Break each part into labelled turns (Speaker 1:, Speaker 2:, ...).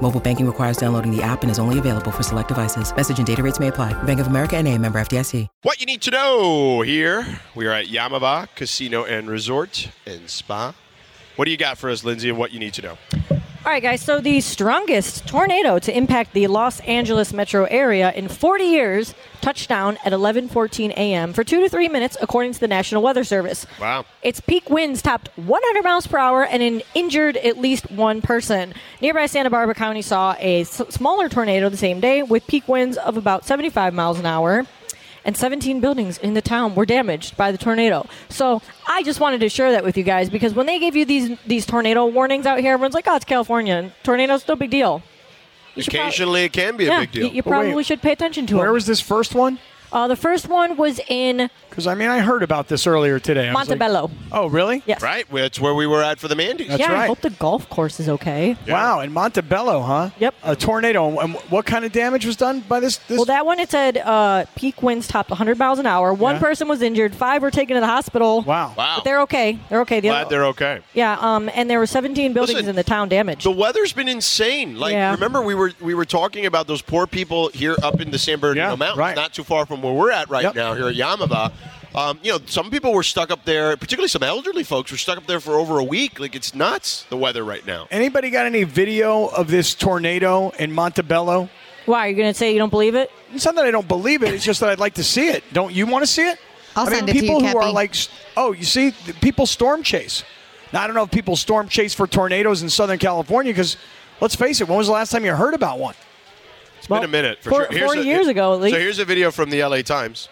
Speaker 1: Mobile banking requires downloading the app and is only available for select devices. Message and data rates may apply. Bank of America and a member FDIC.
Speaker 2: What you need to know here. We are at Yamaba Casino and Resort and Spa. What do you got for us, Lindsay, and what you need to know?
Speaker 3: All right, guys. So the strongest tornado to impact the Los Angeles metro area in 40 years touched down at 11:14 a.m. for two to three minutes, according to the National Weather Service.
Speaker 2: Wow.
Speaker 3: Its peak winds topped 100 miles per hour and it injured at least one person. Nearby Santa Barbara County saw a s- smaller tornado the same day with peak winds of about 75 miles an hour. And 17 buildings in the town were damaged by the tornado. So I just wanted to share that with you guys because when they gave you these these tornado warnings out here, everyone's like, "Oh, it's California. Tornadoes, no big deal." should prob-
Speaker 2: Occasionally, it can be a
Speaker 3: yeah,
Speaker 2: big deal.
Speaker 3: you, you probably
Speaker 4: wait,
Speaker 3: should pay attention to
Speaker 4: Where
Speaker 3: it.
Speaker 4: was this first one?
Speaker 3: uh, the first one was in
Speaker 4: Because I mean, I heard about this earlier today. I was like-
Speaker 3: Montebello.
Speaker 4: oh, really?
Speaker 3: yes.
Speaker 2: right? That's where we were at for the Mandy's.
Speaker 4: That's
Speaker 3: yeah, I
Speaker 4: right.
Speaker 3: hope the golf course is okay.
Speaker 4: Wow, in Montebello, huh?
Speaker 3: Yep.
Speaker 4: A tornado. And wh- what kind of damage was done by this? this?
Speaker 3: Well, that one it said uh, peak winds topped 100 miles an hour. One
Speaker 4: Yeah.
Speaker 3: person was injured. Five were taken to the hospital.
Speaker 4: wow.
Speaker 2: Wow.
Speaker 3: But they're okay. They're okay. The
Speaker 2: Glad
Speaker 3: other-
Speaker 2: they're okay.
Speaker 3: yeah. Um, and there were 17 buildings
Speaker 2: Listen,
Speaker 3: in the town damaged.
Speaker 2: The weather's been insane. Like,
Speaker 3: Yeah.
Speaker 2: remember we were we were talking about those poor people here up in the San Bernardino
Speaker 4: Yeah,
Speaker 2: Mountains,
Speaker 4: right.
Speaker 2: not too far from where we're at right
Speaker 4: Yep.
Speaker 2: now here at Yamava. Um, you know, some people were stuck up there, particularly some elderly folks were stuck up there for over a week. Like, it's nuts the weather right now.
Speaker 4: Anybody got any video of this tornado in Montebello?
Speaker 3: Why are you going to say you don't believe it?
Speaker 4: It's not that I don't believe it. It's just that I'd like to see it. Don't you want to see it?
Speaker 5: I'll
Speaker 4: I mean,
Speaker 5: send it to you,
Speaker 4: people who are
Speaker 5: Cappy.
Speaker 4: like, s- oh, you see, the people storm chase. Now I don't know if people storm chase for tornadoes in Southern California because, let's face it, when was the last time you heard about one?
Speaker 2: It's
Speaker 3: Well,
Speaker 2: been a minute for
Speaker 3: four-
Speaker 2: sure. Here's
Speaker 3: 40
Speaker 2: a-
Speaker 3: years ago, at least.
Speaker 2: So here's a video from the LA Times.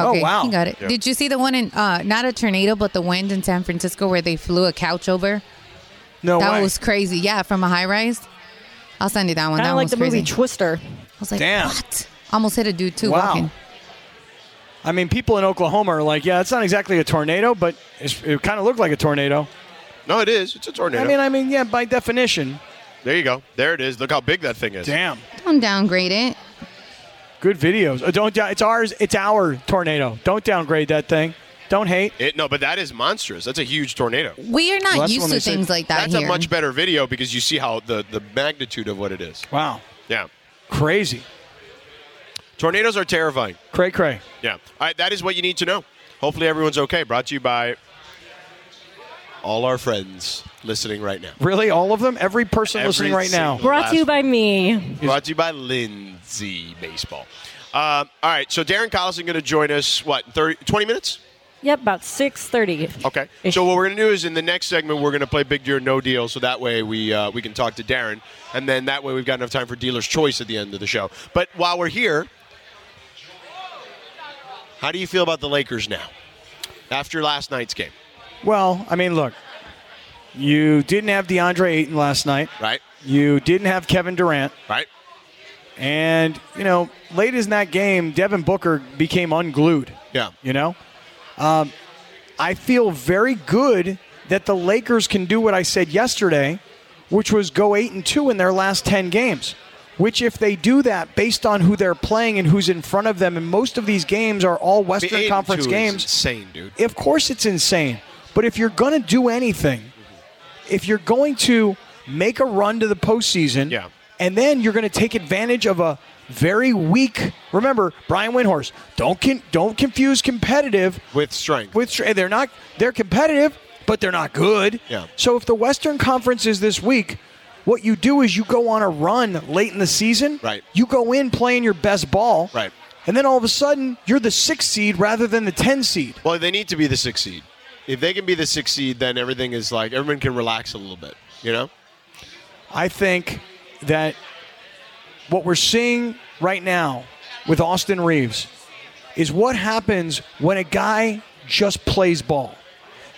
Speaker 4: Oh, wow.
Speaker 5: You got it.
Speaker 2: Yeah.
Speaker 5: Did you see the one in, uh, not a tornado, but the wind in San Francisco where they flew a couch over?
Speaker 4: No
Speaker 5: that
Speaker 4: way.
Speaker 5: was crazy. Yeah, from a high rise. I'll send you that one.
Speaker 3: Kind
Speaker 5: that
Speaker 3: of
Speaker 5: one
Speaker 3: like
Speaker 5: was
Speaker 3: the
Speaker 5: crazy.
Speaker 3: movie Twister.
Speaker 5: I was like,
Speaker 4: Damn.
Speaker 5: what? Almost hit a dude too
Speaker 4: Wow.
Speaker 5: walking.
Speaker 4: I mean, people in Oklahoma are like, yeah, it's not exactly a tornado, but it's, it kind of looked like a tornado.
Speaker 2: No, it is. It's a tornado.
Speaker 4: I mean, I mean, yeah, by definition.
Speaker 2: there you go. There it is. Look how big that thing is.
Speaker 4: Damn.
Speaker 5: Don't downgrade it.
Speaker 4: Good videos. Oh, don't. down- It's ours. It's our tornado. Don't downgrade that thing. Don't hate.
Speaker 2: It, no, but that is monstrous. That's a huge tornado.
Speaker 5: We are not
Speaker 4: Well, that's
Speaker 5: used
Speaker 4: when
Speaker 5: to
Speaker 4: they said-
Speaker 5: things like that
Speaker 2: That's
Speaker 5: here.
Speaker 2: a much better video because you see how the, the magnitude of what it is.
Speaker 4: Wow.
Speaker 2: Yeah.
Speaker 4: Crazy.
Speaker 2: Tornadoes are terrifying.
Speaker 4: Cray cray.
Speaker 2: Yeah. All right, that is what you need to know. Hopefully everyone's okay. Brought to you by all our friends listening right now.
Speaker 4: Really, all of them. Every person
Speaker 2: Every
Speaker 4: listening right now.
Speaker 2: single-
Speaker 3: Brought to you by me.
Speaker 2: Brought to you by Lindsay Baseball. Um, all right, so Darren Collison going to join us, what, 30, 20 minutes?
Speaker 3: Yep, about 6:30.
Speaker 2: Okay. So what we're going to do is in the next segment we're going to play Big Deal or No Deal, so that way we uh, we can talk to Darren, and then that way we've got enough time for Dealer's Choice at the end of the show. But while we're here, how do you feel about the Lakers now after last night's game?
Speaker 4: Well, I mean, look. You didn't have DeAndre Ayton last night.
Speaker 2: Right.
Speaker 4: You didn't have Kevin Durant.
Speaker 2: Right.
Speaker 4: And, you know, late in that game, Devin Booker became unglued.
Speaker 2: Yeah.
Speaker 4: You know? Um, I feel very good that the Lakers can do what I said yesterday, which was go 8 and 2 in their last 10 games. Which, if they do that based on who they're playing and who's in front of them, and most of these games are all Western
Speaker 2: Eight and
Speaker 4: Conference
Speaker 2: two is
Speaker 4: games,
Speaker 2: Insane, dude.
Speaker 4: of course it's insane. But if you're going to do anything, if you're going to make a run to the postseason,
Speaker 2: Yeah.
Speaker 4: and then you're going to take advantage of a very weak. Remember, Brian Windhorst. Don't con- don't confuse competitive
Speaker 2: With strength.
Speaker 4: with stra- they're not they're competitive, but they're not good.
Speaker 2: Yeah.
Speaker 4: So if the Western Conference is this week, what you do is you go on a run late in the season.
Speaker 2: Right.
Speaker 4: You go in playing your best ball.
Speaker 2: Right.
Speaker 4: And then all of a sudden, you're the sixth seed rather than the ten seed.
Speaker 2: well, they need to be the six seed. If they can be the six seed, then everything is like everyone can relax a little bit. You know.
Speaker 4: I think that what we're seeing right now with Austin Reeves is what happens when a guy just plays ball.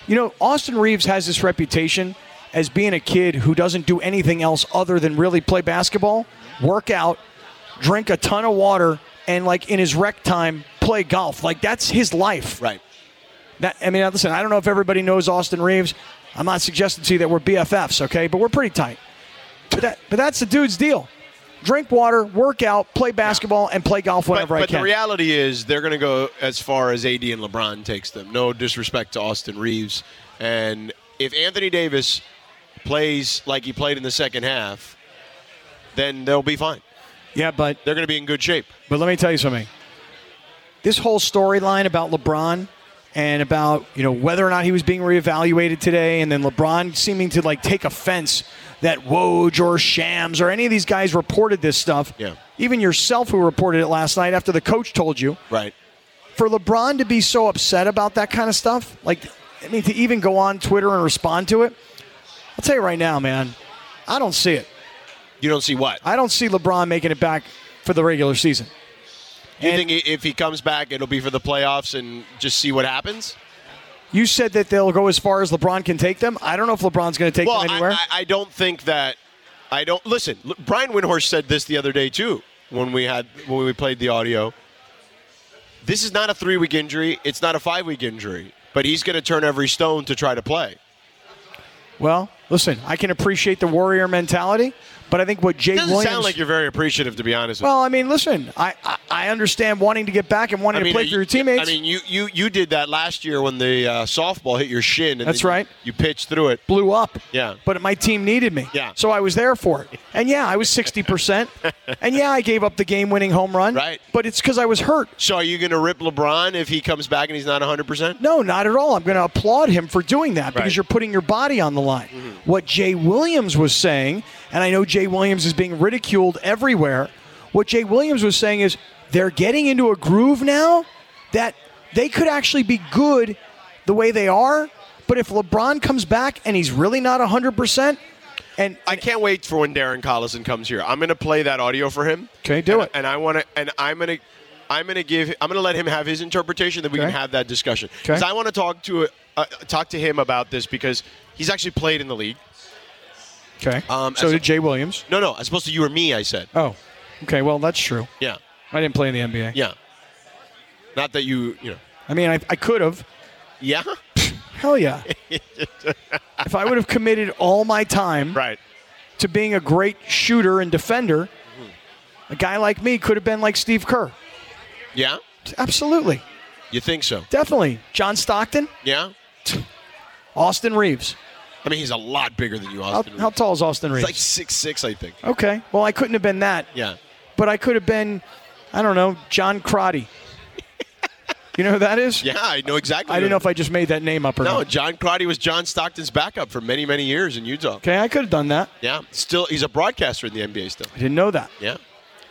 Speaker 4: You know, Austin Reeves has this reputation as being a kid who doesn't do anything else other than really play basketball, work out, drink a ton of water, and like in his rec time, play golf. Like that's his life.
Speaker 2: Right.
Speaker 4: That I mean, listen, I don't know if everybody knows Austin Reeves. I'm not suggesting to you that we're BFFs, okay? But we're pretty tight. But that, but that's the dude's deal. Drink water, work out, play basketball, and play golf
Speaker 2: But,
Speaker 4: whenever I
Speaker 2: but
Speaker 4: can.
Speaker 2: the reality is they're going to go as far as AD and LeBron takes them. No disrespect to Austin Reeves. And if Anthony Davis plays like he played in the second half, then they'll be fine.
Speaker 4: yeah, but
Speaker 2: They're going to be in good shape.
Speaker 4: But let me tell you something. This whole storyline about LeBron and about you know whether or not he was being reevaluated today, and then LeBron seeming to like take offense that Woj or Shams or any of these guys reported this stuff.
Speaker 2: Yeah.
Speaker 4: Even yourself, who reported it last night after the coach told you,
Speaker 2: Right.
Speaker 4: for LeBron to be so upset about that kind of stuff, like, I mean, to even go on Twitter and respond to it, I'll tell you right now, man, I don't see it.
Speaker 2: You don't see what?
Speaker 4: I don't see LeBron making it back for the regular season.
Speaker 2: You think i- if he comes back, it'll be for the playoffs and just see what happens?
Speaker 4: You said that they'll go as far as LeBron can take them. I don't know if LeBron's going to take
Speaker 2: Well,
Speaker 4: them
Speaker 2: I,
Speaker 4: anywhere.
Speaker 2: I- I don't think that. I don't listen. L- Brian Windhorst said this the other day too when we had when we played the audio. This is not a three week injury. It's not a five week injury. But he's going to turn every stone to try to play.
Speaker 4: well, listen, I can appreciate the warrior mentality, but I think what Jay
Speaker 2: It doesn't
Speaker 4: Williams.
Speaker 2: sound like you're very appreciative, to be honest. with
Speaker 4: well, I mean, listen, I, I I understand wanting to get back and
Speaker 2: you.
Speaker 4: wanting
Speaker 2: I mean,
Speaker 4: to play
Speaker 2: you-
Speaker 4: for your teammates.
Speaker 2: I mean, you you you did that last year when the uh, softball hit your shin. And
Speaker 4: That's
Speaker 2: then you-
Speaker 4: right.
Speaker 2: You pitched through it.
Speaker 4: blew up.
Speaker 2: Yeah.
Speaker 4: But my team needed me.
Speaker 2: Yeah.
Speaker 4: So I was there for it. And yeah, I was 60%. and yeah, I gave up the game winning home run.
Speaker 2: Right.
Speaker 4: But it's because I was hurt.
Speaker 2: So are you going to rip LeBron if he comes back and he's not 100? percent
Speaker 4: No, not at all. I'm going to applaud him for doing that because
Speaker 2: Right. Mm-hmm.
Speaker 4: you're putting your body on the line. What Jay Williams was saying, and I know Jay Williams is being ridiculed everywhere, what Jay Williams was saying is they're getting into a groove now that they could actually be good the way they are, but if LeBron comes back and he's really not 100%, and
Speaker 2: I can't wait for when Darren Collison comes here. I'm going to play that audio for him.
Speaker 4: 'Kay, do
Speaker 2: And-
Speaker 4: it.
Speaker 2: And I want to. And I'm going to. I'm going to give. I'm going to let him have his interpretation. That we
Speaker 4: Okay.
Speaker 2: can have that discussion.
Speaker 4: 'Kay.
Speaker 2: Because I want to talk to uh, talk to him about this because he's actually played in the league.
Speaker 4: Okay.
Speaker 2: Um,
Speaker 4: so
Speaker 2: as a-
Speaker 4: did Jay Williams.
Speaker 2: No, no. As opposed to you or me, I said.
Speaker 4: Oh, okay. Well, that's true.
Speaker 2: Yeah,
Speaker 4: I didn't play in the NBA.
Speaker 2: yeah. Not that you. You know.
Speaker 4: I mean, I, I could have.
Speaker 2: Yeah.
Speaker 4: Hell yeah. if I would have committed all my time
Speaker 2: Right.
Speaker 4: to being a great shooter and defender,
Speaker 2: Mm-hmm.
Speaker 4: a guy like me could have been like Steve Kerr.
Speaker 2: Yeah.
Speaker 4: Absolutely.
Speaker 2: You think so?
Speaker 4: Definitely. John Stockton,
Speaker 2: Yeah.
Speaker 4: Austin Reeves.
Speaker 2: I mean, he's a lot bigger than you,
Speaker 4: How,
Speaker 2: Austin.
Speaker 4: how tall is Austin
Speaker 2: He's
Speaker 4: Reeves?
Speaker 2: like six six, I think.
Speaker 4: okay. Well, I couldn't have been that,
Speaker 2: Yeah.
Speaker 4: but I could have been, I don't know, John Crotty. you know who that is?
Speaker 2: Yeah, I know exactly.
Speaker 4: I didn't know if
Speaker 2: I.
Speaker 4: I just made that name up or
Speaker 2: No,
Speaker 4: not.
Speaker 2: John Crotty was John Stockton's backup for many, many years in Utah.
Speaker 4: Okay, I could have done that.
Speaker 2: Yeah, still he's a broadcaster in the NBA still.
Speaker 4: I didn't know that.
Speaker 2: Yeah,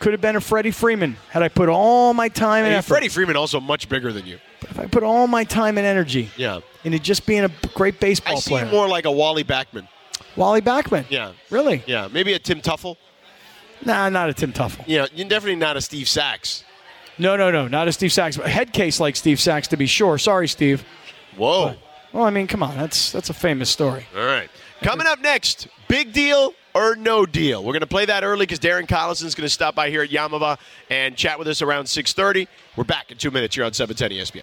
Speaker 4: Could have been a Freddie Freeman had I put all my time and
Speaker 2: and
Speaker 4: effort.
Speaker 2: Freddie Freeman also much bigger than you.
Speaker 4: If I put all my time and energy
Speaker 2: Yeah,
Speaker 4: into just being a great
Speaker 2: I
Speaker 4: baseball
Speaker 2: see
Speaker 4: player,
Speaker 2: him more like a Wally Backman.
Speaker 4: Wally Backman.
Speaker 2: Yeah.
Speaker 4: Really?
Speaker 2: Yeah, maybe a Tim Tuffle.
Speaker 4: Nah, not a Tim Tuffle.
Speaker 2: Yeah, you're definitely not a Steve Sachs.
Speaker 4: No, no, no, not a Steve Sachs. A head case like Steve Sachs, to be sure. Sorry, Steve.
Speaker 2: Whoa.
Speaker 4: Well, I mean, come on, that's that's a famous story.
Speaker 2: All right. Coming up next, big deal or no deal. We're going to play that early because Darren Collison's going to stop by here at Yamava and chat with us around 6:30. We're back in two minutes here on E 710 ESPN.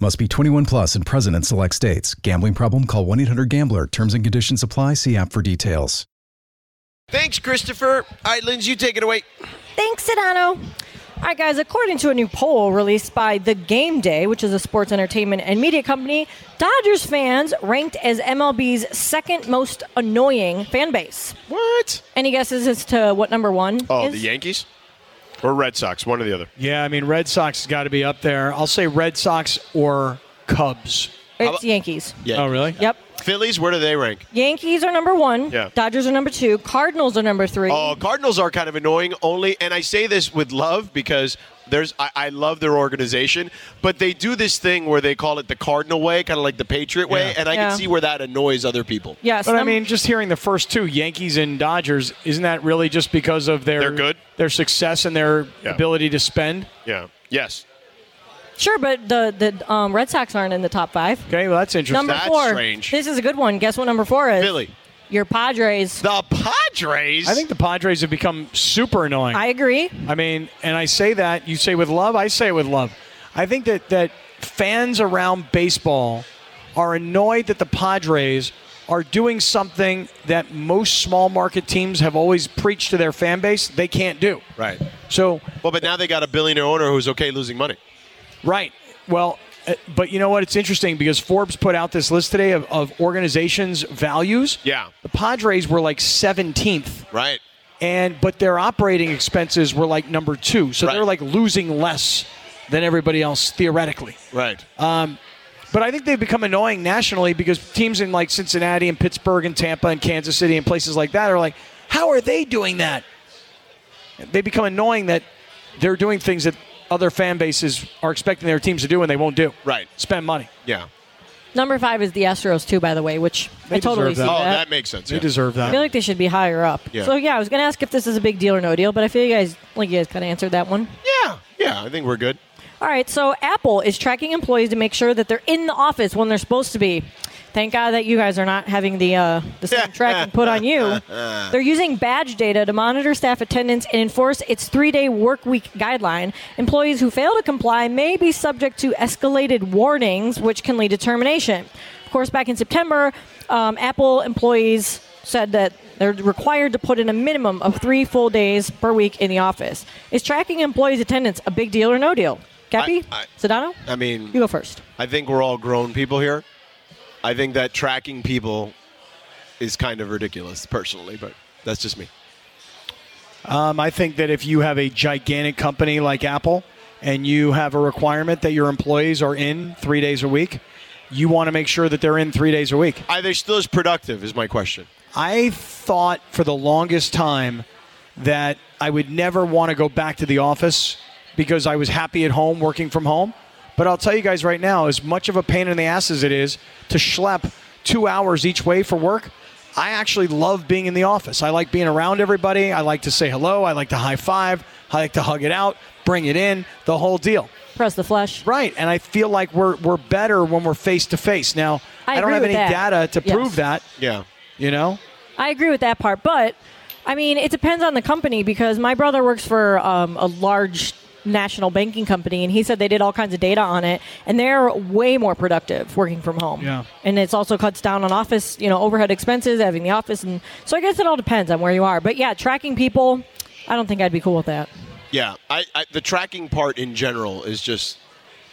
Speaker 6: Must be 21 plus and present in select states. Gambling problem? Call 1 800 Gambler. Terms and conditions apply. See app for details.
Speaker 2: Thanks, Christopher. All right, Lindsay, you take it away.
Speaker 3: Thanks, Sedano. All right, guys, according to a new poll released by The Game Day, which is a sports entertainment and media company, Dodgers fans ranked as MLB's second most annoying fan base.
Speaker 2: What?
Speaker 3: Any guesses as to what number one?
Speaker 2: Oh,
Speaker 3: is?
Speaker 2: the Yankees or Red Sox, one or the other.
Speaker 4: Yeah, I mean, Red Sox has got to be up there. I'll say Red Sox or Cubs.
Speaker 3: It's Yankees.
Speaker 2: Yeah.
Speaker 4: Oh, really?
Speaker 3: Yep.
Speaker 2: Phillies, where do they rank?
Speaker 3: Yankees are number one.
Speaker 2: Yeah.
Speaker 3: Dodgers are number two. Cardinals are number three.
Speaker 2: Oh, Cardinals are kind of annoying. Only, and I say this with love because there's, I, I love their organization, but they do this thing where they call it the Cardinal way, kind of like the Patriot way,
Speaker 4: Yeah.
Speaker 2: and I
Speaker 3: Yeah.
Speaker 2: can see where that annoys other people.
Speaker 3: yes.
Speaker 4: But I
Speaker 3: num-
Speaker 4: mean, just hearing the first two, Yankees and Dodgers, isn't that really just because of their
Speaker 2: They're good?
Speaker 4: their success and their
Speaker 2: Yeah.
Speaker 4: ability to spend?
Speaker 2: Yeah. Yes.
Speaker 3: sure, but the the um, Red Sox aren't in the top five.
Speaker 4: Okay, well, that's interesting.
Speaker 3: Number
Speaker 2: That's
Speaker 3: four.
Speaker 2: strange.
Speaker 3: This is a good one. Guess what number four is?
Speaker 2: Philly.
Speaker 3: Your Padres.
Speaker 2: The Padres.
Speaker 4: I think the Padres have become super annoying.
Speaker 3: I agree.
Speaker 4: I mean, and I say that you say with love. I say it with love. I think that that fans around baseball are annoyed that the Padres are doing something that most small market teams have always preached to their fan base they can't do.
Speaker 2: Right.
Speaker 4: So,
Speaker 2: Well, but now they got a billionaire owner who's okay losing money.
Speaker 4: right. Well, uh, but you know what? It's interesting because Forbes put out this list today of, of organizations' values.
Speaker 2: Yeah.
Speaker 4: The Padres were like 17th.
Speaker 2: Right.
Speaker 4: and but their operating expenses were like number two, so
Speaker 2: Right.
Speaker 4: they're like losing less than everybody else theoretically.
Speaker 2: Right.
Speaker 4: Uh, But I think they've become annoying nationally because teams in like Cincinnati and Pittsburgh and Tampa and Kansas City and places like that are like, how are they doing that? They become annoying that they're doing things that other fan bases are expecting their teams to do and they won't do.
Speaker 2: Right.
Speaker 4: Spend money.
Speaker 2: yeah.
Speaker 3: Number five is the Astros too, by the way, which
Speaker 4: They
Speaker 3: I totally see
Speaker 4: deserve
Speaker 2: Oh,
Speaker 4: that.
Speaker 3: that.
Speaker 2: that makes sense.
Speaker 4: They
Speaker 2: yeah.
Speaker 4: deserve
Speaker 3: I
Speaker 4: that.
Speaker 3: feel like they should be higher up.
Speaker 2: Yeah.
Speaker 3: So yeah, I was gonna ask if this is a big deal or no deal, but I feel you guys like you guys kind of answered that one.
Speaker 2: Yeah. Yeah. I think we're good.
Speaker 3: All right, so Apple is tracking employees to make sure that they're in the office when they're supposed to be. Thank God that you guys are not having the uh, the same tracking put on you. They're using badge data to monitor staff attendance and enforce its three day work week guideline. Employees who fail to comply may be subject to escalated warnings, which can lead to termination. Of course, back in September, um, Apple employees said that they're required to put in a minimum of three full days per week in the office. Is tracking employees' attendance a big deal or no deal? Cappy?
Speaker 2: I- I-
Speaker 3: Sedano?
Speaker 2: I mean,
Speaker 3: You go first.
Speaker 2: I think we're all grown people here. I think that tracking people is kind of ridiculous, personally, but that's just me.
Speaker 4: Um, I think that if you have a gigantic company like Apple and you have a requirement that your employees are in three days a week, you want to make sure that they're in three days a week.
Speaker 2: Are they still as productive? Is my question.
Speaker 4: I thought for the longest time that I would never want to go back to the office because I was happy at home working from home. But I'll tell you guys right now, as much of a pain in the ass as it is to schlep two hours each way for work, I actually love being in the office. I like being around everybody. I like to say hello. I like to high five. I like to hug it out, bring it in, the whole deal.
Speaker 3: Press the flesh.
Speaker 4: Right. And I feel like we're, we're better when we're face to face. Now,
Speaker 3: I
Speaker 4: I, don't
Speaker 3: agree
Speaker 4: have
Speaker 3: with
Speaker 4: any
Speaker 3: that.
Speaker 4: data to
Speaker 3: Yes.
Speaker 4: prove that,
Speaker 2: Yeah.
Speaker 4: you know?
Speaker 3: I agree with that part, but I mean, it depends on the company because my brother works for um, a large national banking company, and he said they did all kinds of data on it, and they're way more productive working from home.
Speaker 4: Yeah.
Speaker 3: and it's also cuts down on office, you know, overhead expenses, having the office, and so I guess it all depends on where you are. But yeah, tracking people, I don't think I'd be cool with that.
Speaker 2: Yeah. I, I the tracking part in general is just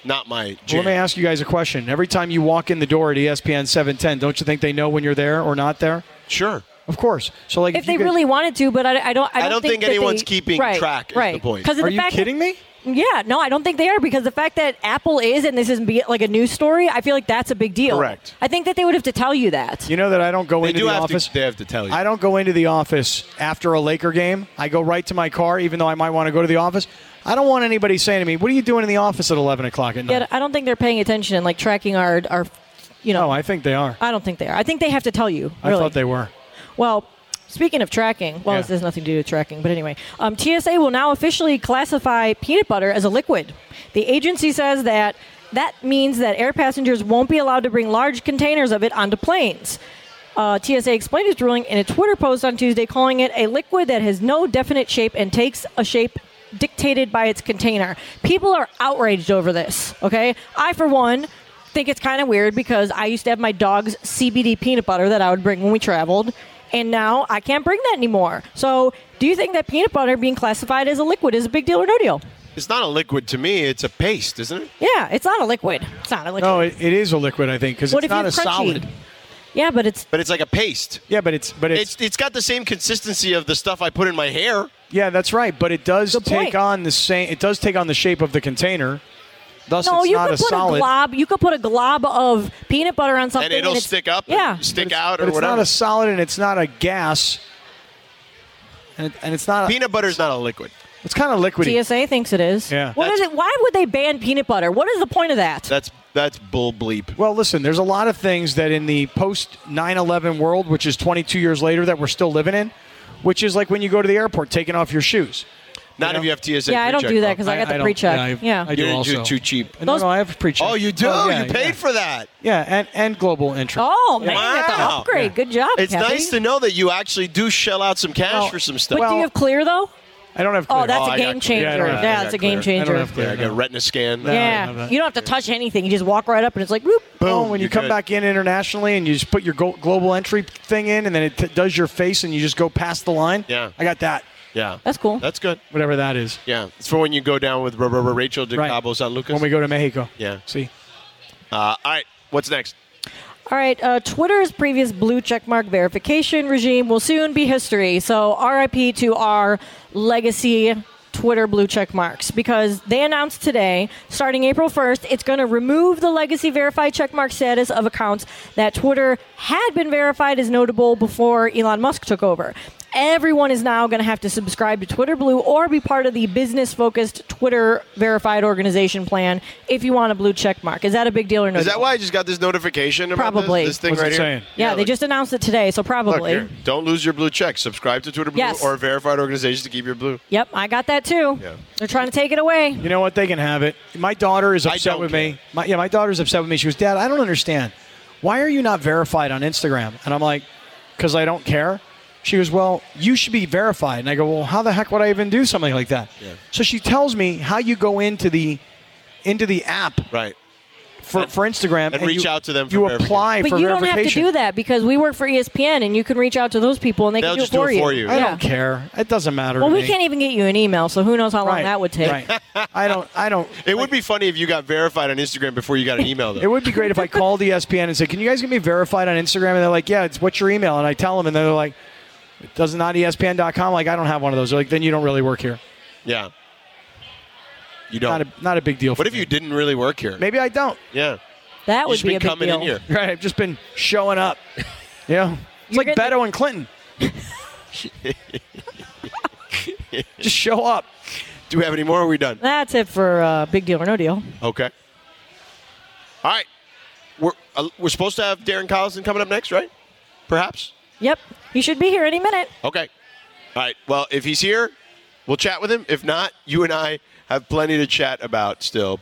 Speaker 2: not my
Speaker 4: Well,
Speaker 2: jam.
Speaker 4: let me ask you guys a question. Every time you walk in the door at E ESPN 710, don't you think they know when you're there or not there?
Speaker 2: sure.
Speaker 4: Of course. So, like,
Speaker 3: If, they
Speaker 4: you could-
Speaker 3: really wanted to, but I, I don't. I don't,
Speaker 2: don't think
Speaker 3: that they-
Speaker 2: anyone's keeping
Speaker 3: right,
Speaker 2: track is
Speaker 3: Right.
Speaker 2: the point.
Speaker 3: Because of
Speaker 4: are
Speaker 3: the
Speaker 4: you
Speaker 3: fact
Speaker 4: kidding me?
Speaker 3: Yeah, no, I don't think they are because the fact that Apple is and this is be like a news story, I feel like that's a big deal.
Speaker 2: Correct.
Speaker 3: I think that they would have to tell you that.
Speaker 4: You know that I don't go
Speaker 2: They
Speaker 4: into
Speaker 2: do
Speaker 4: the
Speaker 2: have
Speaker 4: office.
Speaker 2: to. They have to tell you.
Speaker 4: I don't go into the office after a Laker game. I go right to my car, even though I might want to go to the office. I don't want anybody saying to me, "What are you doing in the office at 11 o'clock at night?"
Speaker 3: Yet I don't think they're paying attention and like tracking our our, you know.
Speaker 4: no, I think they are.
Speaker 3: I don't think they are. I think they have to tell you.
Speaker 4: I
Speaker 3: Uh, Really.
Speaker 4: thought they were.
Speaker 3: Well, speaking of tracking, well,
Speaker 4: Yeah.
Speaker 3: this has nothing to do with tracking, but anyway, um, TSA will now officially classify peanut butter as a liquid. The agency says that that means that air passengers won't be allowed to bring large containers of it onto planes. Uh, TSA explained its ruling in a Twitter post on Tuesday, calling it a liquid that has no definite shape and takes a shape dictated by its container. People are outraged over this, okay? I, for one, think it's kind of weird because I used to have my dog's CBD peanut butter that I would bring when we traveled, And now I can't bring that anymore. So do you think that peanut butter being classified as a liquid is a big deal or no deal?
Speaker 2: It's not a liquid to me. It's a paste, isn't it?
Speaker 3: Yeah, it's not a liquid. It's not a liquid.
Speaker 4: No, it, it is a liquid, I think, because
Speaker 3: what
Speaker 4: it's
Speaker 3: if
Speaker 4: not a
Speaker 3: you're crunchy?
Speaker 4: solid.
Speaker 3: Yeah, but it's
Speaker 2: But it's like a paste.
Speaker 4: Yeah, but it's but it's,
Speaker 2: It's it's got the same consistency of the stuff I put in my hair.
Speaker 4: yeah, that's right. But it does
Speaker 3: Good
Speaker 4: take
Speaker 3: point.
Speaker 4: on the same. It does take on the shape of the container. Thus,
Speaker 3: no.
Speaker 4: it's
Speaker 3: You
Speaker 4: not
Speaker 3: could
Speaker 4: a
Speaker 3: put a
Speaker 4: solid.
Speaker 3: glob. You could put a glob of peanut butter on something,
Speaker 2: And it'll
Speaker 3: it's-
Speaker 2: stick up,
Speaker 3: Yeah,
Speaker 2: and stick
Speaker 4: But it's-
Speaker 2: out,
Speaker 4: but
Speaker 2: or
Speaker 4: it's
Speaker 2: whatever.
Speaker 4: not a solid, and it's not a gas. And, it, and it's not. A,
Speaker 2: Peanut butter's not a liquid.
Speaker 4: it's kind of liquidy.
Speaker 3: TSA thinks it is.
Speaker 4: Yeah.
Speaker 3: What is it? Why would they ban peanut butter? What is the point of that?
Speaker 2: That's that's bull bleep.
Speaker 4: Well, listen, there's a lot of things that in the post 9 11 world, which is 22 years later, that we're still living in, which is like when you go to the airport taking off your shoes.
Speaker 2: Not
Speaker 4: know?
Speaker 2: if you have TSA.
Speaker 3: yeah, I don't
Speaker 2: pre-check,
Speaker 3: do that
Speaker 2: Rob.
Speaker 3: because I, got the
Speaker 4: don't-
Speaker 3: pre
Speaker 4: I-
Speaker 3: check. Yeah.
Speaker 4: I
Speaker 2: You
Speaker 4: do
Speaker 2: didn't do
Speaker 4: also.
Speaker 2: it too cheap.
Speaker 4: No, no, I have pre check.
Speaker 2: Oh, you do.
Speaker 4: yeah,
Speaker 2: you paid
Speaker 4: yeah.
Speaker 2: for that.
Speaker 4: Yeah, and, and global entry.
Speaker 3: Oh man, that's an
Speaker 2: Wow.
Speaker 3: upgrade. Good job.
Speaker 2: It's
Speaker 3: Kathy.
Speaker 2: nice to know that you actually do shell out some cash
Speaker 4: Well,
Speaker 2: for some
Speaker 3: But
Speaker 2: stuff.
Speaker 4: well-
Speaker 3: do you have clear though?
Speaker 4: I don't have clear.
Speaker 3: Oh, that's
Speaker 2: I
Speaker 3: a
Speaker 2: got
Speaker 3: game
Speaker 2: clear.
Speaker 3: changer.
Speaker 4: Yeah, I
Speaker 3: Yeah,
Speaker 4: don't have- I
Speaker 3: that's
Speaker 2: got
Speaker 3: a game
Speaker 2: clear. I
Speaker 4: don't
Speaker 3: changer.
Speaker 4: have clear.
Speaker 2: yeah, I got retina scan.
Speaker 4: I don't
Speaker 3: Yeah,
Speaker 4: have
Speaker 3: you don't have to touch anything. You just walk right up, and it's like, whoop.
Speaker 4: Oh, when you
Speaker 2: you're
Speaker 4: come
Speaker 2: good.
Speaker 4: back in internationally and you just put your go- global entry thing in and then it t- does your face and you just go past the line.
Speaker 2: Yeah.
Speaker 4: I got that.
Speaker 2: Yeah,
Speaker 3: That's cool.
Speaker 2: That's good.
Speaker 4: Whatever that is.
Speaker 2: Yeah, it's for when you go down with R- R- R- Rachel de
Speaker 4: Right.
Speaker 2: Cabo San Lucas.
Speaker 4: When we go to Mexico.
Speaker 2: Yeah.
Speaker 4: See?
Speaker 2: uh, all right, what's next?
Speaker 3: All right, uh, Twitter's previous blue checkmark verification regime will soon be history. So RIP to our legacy Twitter blue check marks because they announced today, starting April 1st, it's going to remove the legacy verified checkmark status of accounts that Twitter had been verified as notable before Elon Musk took over. Everyone is now going to have to subscribe to Twitter Blue or be part of the business focused Twitter verified organization plan if you want a blue check mark. Is that a big deal or no?
Speaker 2: Is that
Speaker 3: deal?
Speaker 2: why I just got this notification? About
Speaker 3: Probably.
Speaker 2: This, this thing
Speaker 4: What's it
Speaker 2: right
Speaker 4: saying?
Speaker 2: here.
Speaker 3: Yeah, they
Speaker 2: look-
Speaker 3: just announced it today, so
Speaker 2: look
Speaker 3: probably.
Speaker 2: here. Don't lose your blue check. Subscribe to Twitter Blue
Speaker 3: Yes.
Speaker 2: or a verified organization to keep your blue.
Speaker 3: Yep, I got that too.
Speaker 2: Yeah.
Speaker 3: They're trying to take it away.
Speaker 4: You know what? They can have it. My daughter is
Speaker 2: I
Speaker 4: upset
Speaker 2: don't
Speaker 4: with me.
Speaker 2: care.
Speaker 4: My, yeah, my daughter's upset with me. She goes, Dad, I don't understand. Why are you not verified on Instagram? And I'm like, because I don't care. She goes, Well, you should be verified. And I go, Well, how the heck would I even do something like that? So she tells me how you go into the into the app
Speaker 2: Right.
Speaker 4: for, for Instagram
Speaker 2: and reach
Speaker 4: you-
Speaker 2: out to them for
Speaker 4: You
Speaker 2: verification.
Speaker 4: apply
Speaker 3: But
Speaker 4: for
Speaker 3: you don't have to
Speaker 4: verification.
Speaker 3: do that because we work for E ESPN and you can reach out to those people and they
Speaker 2: They'll
Speaker 3: can do
Speaker 2: just
Speaker 3: it for
Speaker 2: do it
Speaker 3: you.
Speaker 2: for you.
Speaker 4: I
Speaker 3: yeah.
Speaker 4: don't care. It doesn't matter.
Speaker 3: Well,
Speaker 4: to
Speaker 3: we
Speaker 4: me.
Speaker 3: can't even get you an email, so who knows how long
Speaker 4: Right,
Speaker 3: that would take.
Speaker 4: Right. I don't. I don't.
Speaker 2: It would be funny if you got verified on Instagram before you got an email, though.
Speaker 4: It would be great if I called E ESPN and said, "Can you guys get me verified on Instagram?" And they're like, "Yeah, it's what's your email?" And I tell them, and they're like, "It does not E ESPN.com." Like, I don't have one of those. They're like, then you don't really work here.
Speaker 2: yeah. You don't.
Speaker 4: Not a not a big deal. For
Speaker 2: what if
Speaker 4: me.
Speaker 2: you didn't really work here?
Speaker 4: Maybe I don't.
Speaker 2: Yeah.
Speaker 3: That
Speaker 2: you
Speaker 3: would
Speaker 2: should
Speaker 3: be a big
Speaker 2: coming
Speaker 3: deal.
Speaker 2: in here.
Speaker 4: Right? I've just been showing up. Yeah, it's
Speaker 3: You're
Speaker 4: like
Speaker 3: getting-
Speaker 4: Beto and Clinton. just show up.
Speaker 2: Do we have any more? Or are we done?
Speaker 3: That's it for uh, big deal or no deal.
Speaker 2: Okay. All right. We're uh, we're supposed to have Darren Collison coming up next, right? Perhaps.
Speaker 3: Yep, he should be here any minute.
Speaker 2: Okay. All right. Well, if he's here, we'll chat with him. If not, you and I have plenty to chat about still.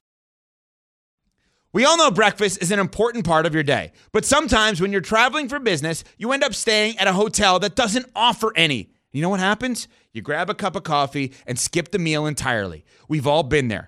Speaker 7: We all know breakfast is an important part of your day, but sometimes when you're traveling for business, you end up staying at a hotel that doesn't offer any. You know what happens? You grab a cup of coffee and skip the meal entirely. We've all been there.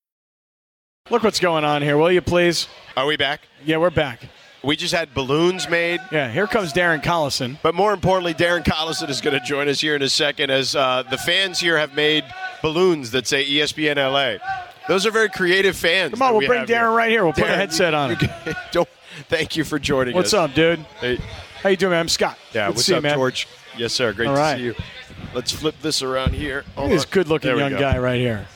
Speaker 4: Look what's going on here, will you please?
Speaker 2: Are we back?
Speaker 4: Yeah, we're back.
Speaker 2: We just had balloons made.
Speaker 4: Yeah, here comes Darren Collison.
Speaker 2: But more importantly, Darren Collison is going to join us here in a second as uh, the fans here have made balloons that say E ESPN LA. Those are very creative fans.
Speaker 4: Come on,
Speaker 2: that
Speaker 4: we'll
Speaker 2: we
Speaker 4: bring
Speaker 2: have
Speaker 4: Darren right here. We'll put a
Speaker 2: Darren,
Speaker 4: headset
Speaker 2: you-
Speaker 4: on
Speaker 2: you- don't, thank you for joining
Speaker 4: What's
Speaker 2: us.
Speaker 4: up, dude?
Speaker 2: Hey,
Speaker 4: How you doing, man? I'm Scott.
Speaker 2: yeah,
Speaker 4: Good to
Speaker 2: what's
Speaker 4: see you,
Speaker 2: up,
Speaker 4: man?
Speaker 2: George? Yes, sir. Great
Speaker 4: All
Speaker 2: to
Speaker 4: right.
Speaker 2: see you. Let's flip this around here.
Speaker 4: Look
Speaker 2: Hold
Speaker 4: at this
Speaker 2: on.
Speaker 4: good-looking
Speaker 2: There we
Speaker 4: young
Speaker 2: go.
Speaker 4: guy right here.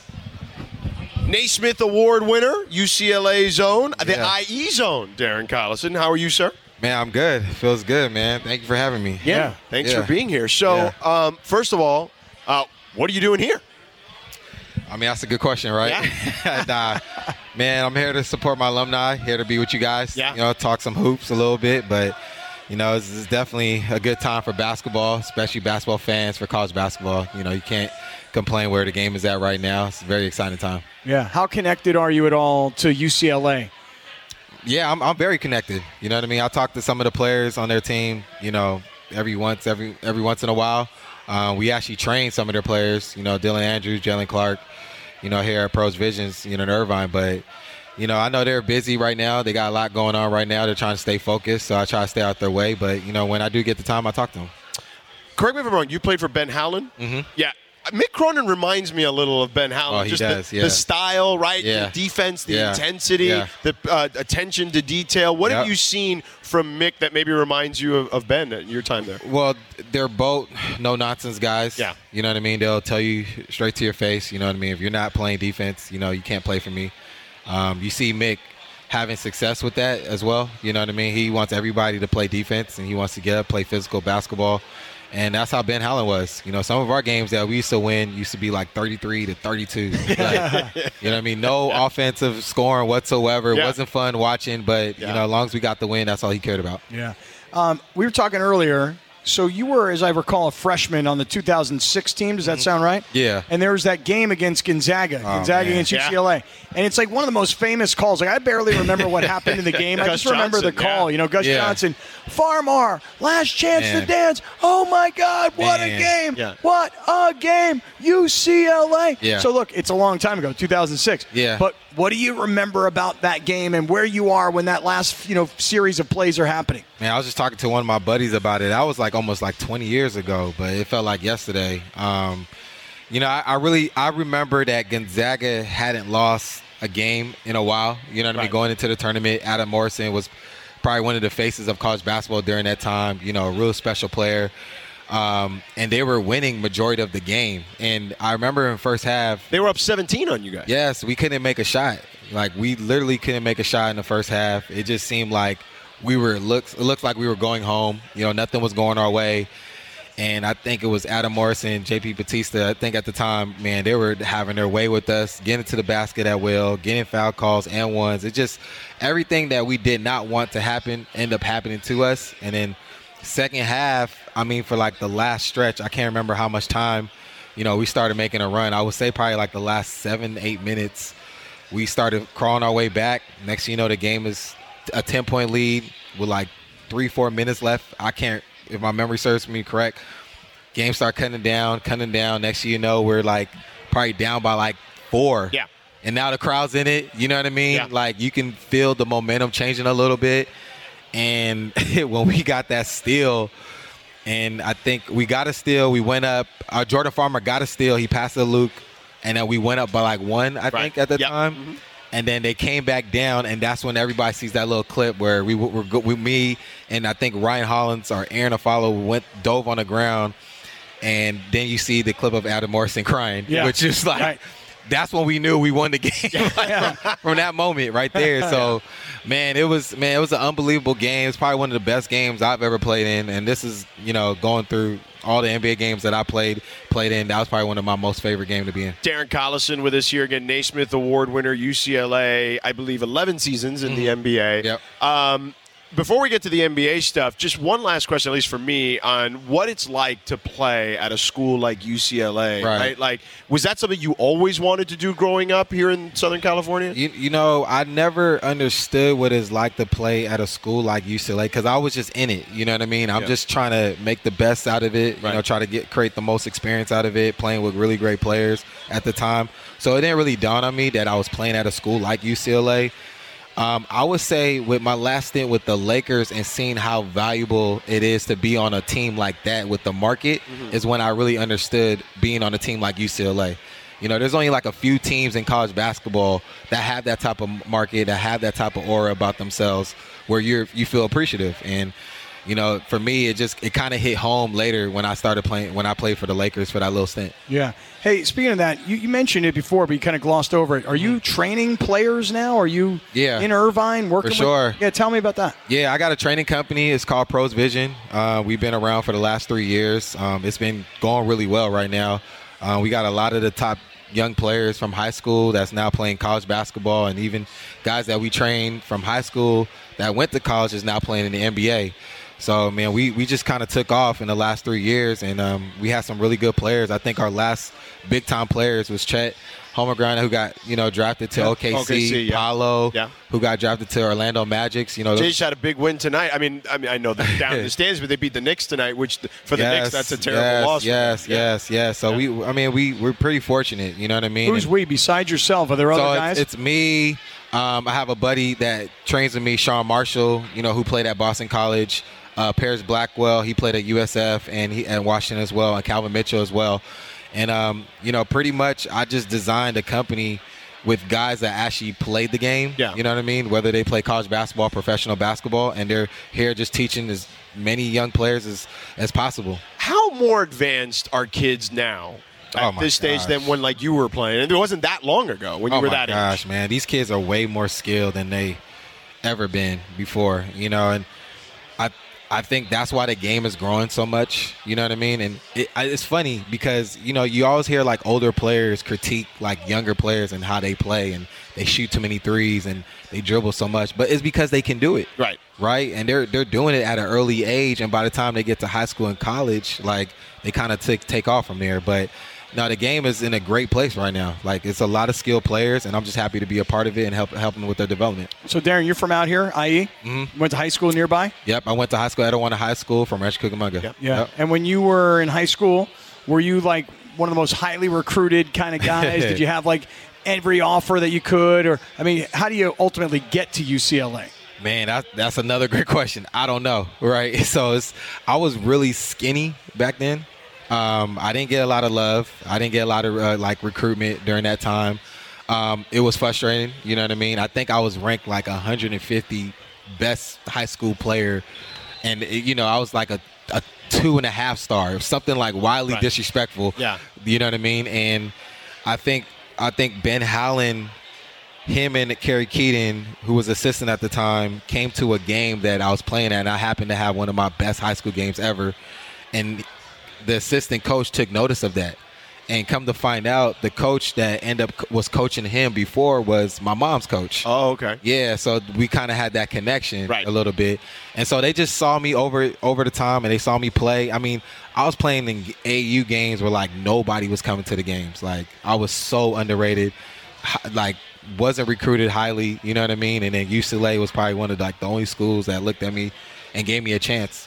Speaker 2: Naismith Award winner, UCLA Zone, the IE Zone, Darren E Collison. How are you, sir?
Speaker 8: Man, I'm good. Feels good, man. Thank you for having me.
Speaker 2: Yeah. Thanks
Speaker 8: Yeah.
Speaker 2: for being here. So, um, first of all, uh, what are you doing here?
Speaker 8: I mean, that's a good question, right? nah, man, I'm here to support my alumni. Here to be with you guys.
Speaker 2: Yeah.
Speaker 8: You know, talk some hoops a little bit, but you know, it's, it's definitely a good time for basketball, especially basketball fans for college basketball. You know, you can't complain where the game is at right now. It's a very exciting time.
Speaker 4: Yeah. How connected are you at all to UCLA?
Speaker 8: Yeah, I'm, I'm very connected. You know what I mean? I talk to some of the players on their team. You know, every once every every once in a while, uh, we actually train some of their players. You know, Dylan Andrews, Jalen Clark. You know, here at Pros Visions, you know, in Irvine, but. You know, I know they're busy right now. They got a lot going on right now. They're trying to stay focused, so I try to stay out their way. But you know, when I do get the time, I talk to them.
Speaker 2: Correct me if I'm wrong. You played for Ben Howland. Mm-hmm. Yeah. Mick Cronin reminds me a little of Ben Howland.
Speaker 8: Oh, he
Speaker 2: Just
Speaker 8: does,
Speaker 2: the,
Speaker 8: yeah.
Speaker 2: the style, right?
Speaker 8: Yeah.
Speaker 2: The defense, the
Speaker 8: Yeah.
Speaker 2: intensity,
Speaker 8: Yeah.
Speaker 2: the uh, attention to detail. What have
Speaker 8: Yep.
Speaker 2: you seen from Mick that maybe reminds you of, of Ben at your time there?
Speaker 8: Well, they're both no nonsense guys.
Speaker 2: Yeah.
Speaker 8: You know what I mean? They'll tell you straight to your face. You know what I mean? If you're not playing defense, you know, you can't play for me. Um, you see Mick having success with that as well. You know what I mean? He wants everybody to play defense and he wants to get up, play physical basketball. And that's how Ben Howland was. You know, some of our games that we used to win used to be like 33 to 32. Like, you know what I mean? No offensive scoring whatsoever. It
Speaker 2: Yeah.
Speaker 8: wasn't fun watching, but,
Speaker 2: Yeah.
Speaker 8: you know, as long as we got the win, that's all he cared about.
Speaker 4: Yeah. Um, we were talking earlier. So you were, as I recall, a freshman on the 2006 team. Does that sound right?
Speaker 8: Mm-hmm. Yeah. Oh,
Speaker 4: And there was that game against Gonzaga, Gonzaga
Speaker 8: man.
Speaker 4: against
Speaker 2: Yeah.
Speaker 4: UCLA, and it's like one of the most famous calls. Like I barely remember what happened in the game. I
Speaker 2: Gus
Speaker 4: just remember the
Speaker 2: Johnson, yeah.
Speaker 4: call. You know, Gus
Speaker 8: Yeah.
Speaker 4: Johnson, Farmar, last chance to
Speaker 8: Man.
Speaker 4: dance. Oh my God, what a
Speaker 8: Man.
Speaker 4: game!
Speaker 2: Yeah.
Speaker 4: What a game! UCLA.
Speaker 8: Yeah.
Speaker 4: So look, it's a long time ago, 2006.
Speaker 8: Yeah.
Speaker 4: But what do you remember about that game and where you are when that last you know series of plays are happening?
Speaker 8: Man, I was just talking to one of my buddies about it. I was like almost like 20 years ago, but it felt like yesterday. Um, you know, I, I really I remember that Gonzaga hadn't lost a game in a while. You know what I mean? Going into the tournament, Adam Morrison was probably one of the faces of college basketball during that time. You know, a real special player, um, and they were winning majority of the game. And I remember in first half,
Speaker 2: They were up 17 on you guys.
Speaker 8: Yes, we couldn't make a shot. Like we literally couldn't make a shot in the first half. It just seemed like we were it looks it looked like we were going home. You know, nothing was going our way. And I think it was Adam Morrison, JP Batista. I think at the time, man, they were having their way with us, getting to the basket at will, getting foul calls and ones. It just everything that we did not want to happen end up happening to us. And then second half, I mean, for like the last stretch, I can't remember how much time you know, we started making a run. I would say probably like the last seven, eight minutes, we started crawling our way back. Next thing you know, the game is a 10 point lead with like three, four minutes left. I can't, if my memory serves me correct, game start cutting down, cutting down. Next thing you know, we're like probably down by like four.
Speaker 2: Yeah.
Speaker 8: And now the crowd's in it. You know what I mean?
Speaker 2: Yeah.
Speaker 8: Like you can feel the momentum changing a little bit. And when we got that steal, and I think we got a steal. We went up. Uh, Jordan Farmer got a steal. He passed to Luke, and then we went up by like one, I think, at the
Speaker 2: Yep.
Speaker 8: time. And then they came back down, and that's when everybody sees that little clip where we were go- with me and I think Ryan Hollins or Aaron Afalo went dove on the ground, and then you see the clip of Adam Morrison crying,
Speaker 4: Yeah.
Speaker 8: which is like.
Speaker 4: Right.
Speaker 8: That's when we knew we won the game like, from, from that moment right there. So, man, it was man, it was an unbelievable game. It's probably one of the best games I've ever played in, and this is you know going through all the NBA games that I played played in. That was probably one of my most favorite game to be in.
Speaker 2: Darren Collison with us here again, Naismith Award winner, UCLA, I believe 11 seasons in the NBA.
Speaker 8: Mm-hmm. Yep.
Speaker 2: Um, before we get to the NBA stuff, just one last question, at least for me, on what it's like to play at a school like UCLA.
Speaker 8: Right.
Speaker 2: Like, was that something you always wanted to do growing up here in Southern California?
Speaker 8: You, you know, I never understood what it's like to play at a school like UCLA because I was just in it. You know what I mean? I'm
Speaker 2: Yeah.
Speaker 8: just trying to make the best out of it.
Speaker 2: Right.
Speaker 8: You know, try to get create the most experience out of it, playing with really great players at the time. So it didn't really dawn on me that I was playing at a school like UCLA. Um, I would say with my last stint with the Lakers and seeing how valuable it is to be on a team like that with the market
Speaker 2: Mm-hmm.
Speaker 8: is when I really understood being on a team like UCLA. You know, there's only like a few teams in college basketball that have that type of market, that have that type of aura about themselves, where you're you feel appreciative. And you know, for me, it just it kind of hit home later when I started playing when I played for the Lakers for that little stint.
Speaker 4: Yeah. Hey, speaking of that, you, you mentioned it before, but you kind of glossed over it. Are you training players now? Are you
Speaker 8: Mm-hmm. Yeah.
Speaker 4: in Irvine working? with-
Speaker 8: sure.
Speaker 4: yeah, tell me about that.
Speaker 8: Yeah, I got a training company. It's called Pros Vision. Uh, we've been around for the last three years. Um, it's been going really well right now. Uh, we got a lot of the top young players from high school that's now playing college basketball, and even guys that we trained from high school that went to college is now playing in the NBA. So man, we, we just kind of took off in the last three years, and um, we had some really good players. I think our last big time players was Chet Homergrinder, who got you know drafted to OKC,
Speaker 2: OKC, yeah.
Speaker 8: Paolo,
Speaker 2: Yeah.
Speaker 8: who got drafted to Orlando Magics. You know,
Speaker 2: Jay just had a big win tonight. I mean, I mean, I know they're down in the stands, but they beat the Knicks tonight, which th- for the Knicks that's a terrible
Speaker 8: yes,
Speaker 2: loss. for them.
Speaker 8: Yes, yes, yes. So we, I mean, we we're pretty fortunate. You know what I mean?
Speaker 4: Who's we besides yourself? Are there
Speaker 8: so
Speaker 4: other
Speaker 8: it's-
Speaker 4: guys?
Speaker 8: It's, me. Um, I have a buddy that trains with me, Sean Marshall. You know, who played at Boston College. Uh, Paris Blackwell, he played at USF and he and Washington as well, and Calvin Mitchell as well. And um, you know, pretty much, I just designed a company with guys that actually played the game.
Speaker 2: Yeah.
Speaker 8: You know what I mean? Whether they play college basketball, professional basketball, and they're here just teaching as many young players as as possible.
Speaker 2: How more advanced are kids now at
Speaker 8: Oh my
Speaker 2: this stage
Speaker 8: gosh.
Speaker 2: than when like you were playing? And it wasn't that long ago when you
Speaker 8: oh
Speaker 2: were
Speaker 8: my
Speaker 2: that
Speaker 8: gosh,
Speaker 2: age.
Speaker 8: man, these kids are way more skilled than they ever been before. You know, and I I think that's why the game is growing so much. You know what I mean? And it, I, it's funny because you know you always hear like older players critique like younger players and how they play and they shoot too many threes and they dribble so much, but it's because they can do it
Speaker 2: Right.
Speaker 8: right? And they're they're doing it at an early age, and by the time they get to high school and college, like they kind of take take off from there. But now the game is in a great place right now. Like it's a lot of skilled players, and I'm just happy to be a part of it and help helping with their development.
Speaker 4: so, Darren, you're from out here, IE. Mm-hmm. Went to high school nearby.
Speaker 8: Yep, I went to high school at Edwana High School from Rancho Cucamonga. Yep.
Speaker 4: Yeah. And when you were in high school, were you like one of the most highly recruited kind of guys? Did you have like every offer that you could, or I mean, how do you ultimately get to UCLA?
Speaker 8: Man, that, that's another great question. I don't know, right? So it's I was really skinny back then. Um, I didn't get a lot of love. I didn't get a lot of uh, like recruitment during that time. Um, it was frustrating. You know what I mean? I think I was ranked like 150 best high school player, and it- you know I was like a, a two and a half star, something like wildly
Speaker 2: Right.
Speaker 8: disrespectful.
Speaker 2: Yeah.
Speaker 8: you know what I mean? And I think I think Ben Howland him and Kerry Keaton, who was assistant at the time, came to a game that I was playing at, and I happened to have one of my best high school games ever. And the assistant coach took notice of that. And come to find out, the coach that ended up was coaching him before was my mom's coach.
Speaker 2: Oh, okay.
Speaker 8: Yeah, so we kind of had that connection
Speaker 2: Right.
Speaker 8: a little bit, and so they just saw me over over the time, and they saw me play. I mean, I was playing in AU games where like nobody was coming to the games. Like I was so underrated, hi- like wasn't recruited highly. You know what I mean? And then UCLA was probably one of like the only schools that looked at me and gave me a chance.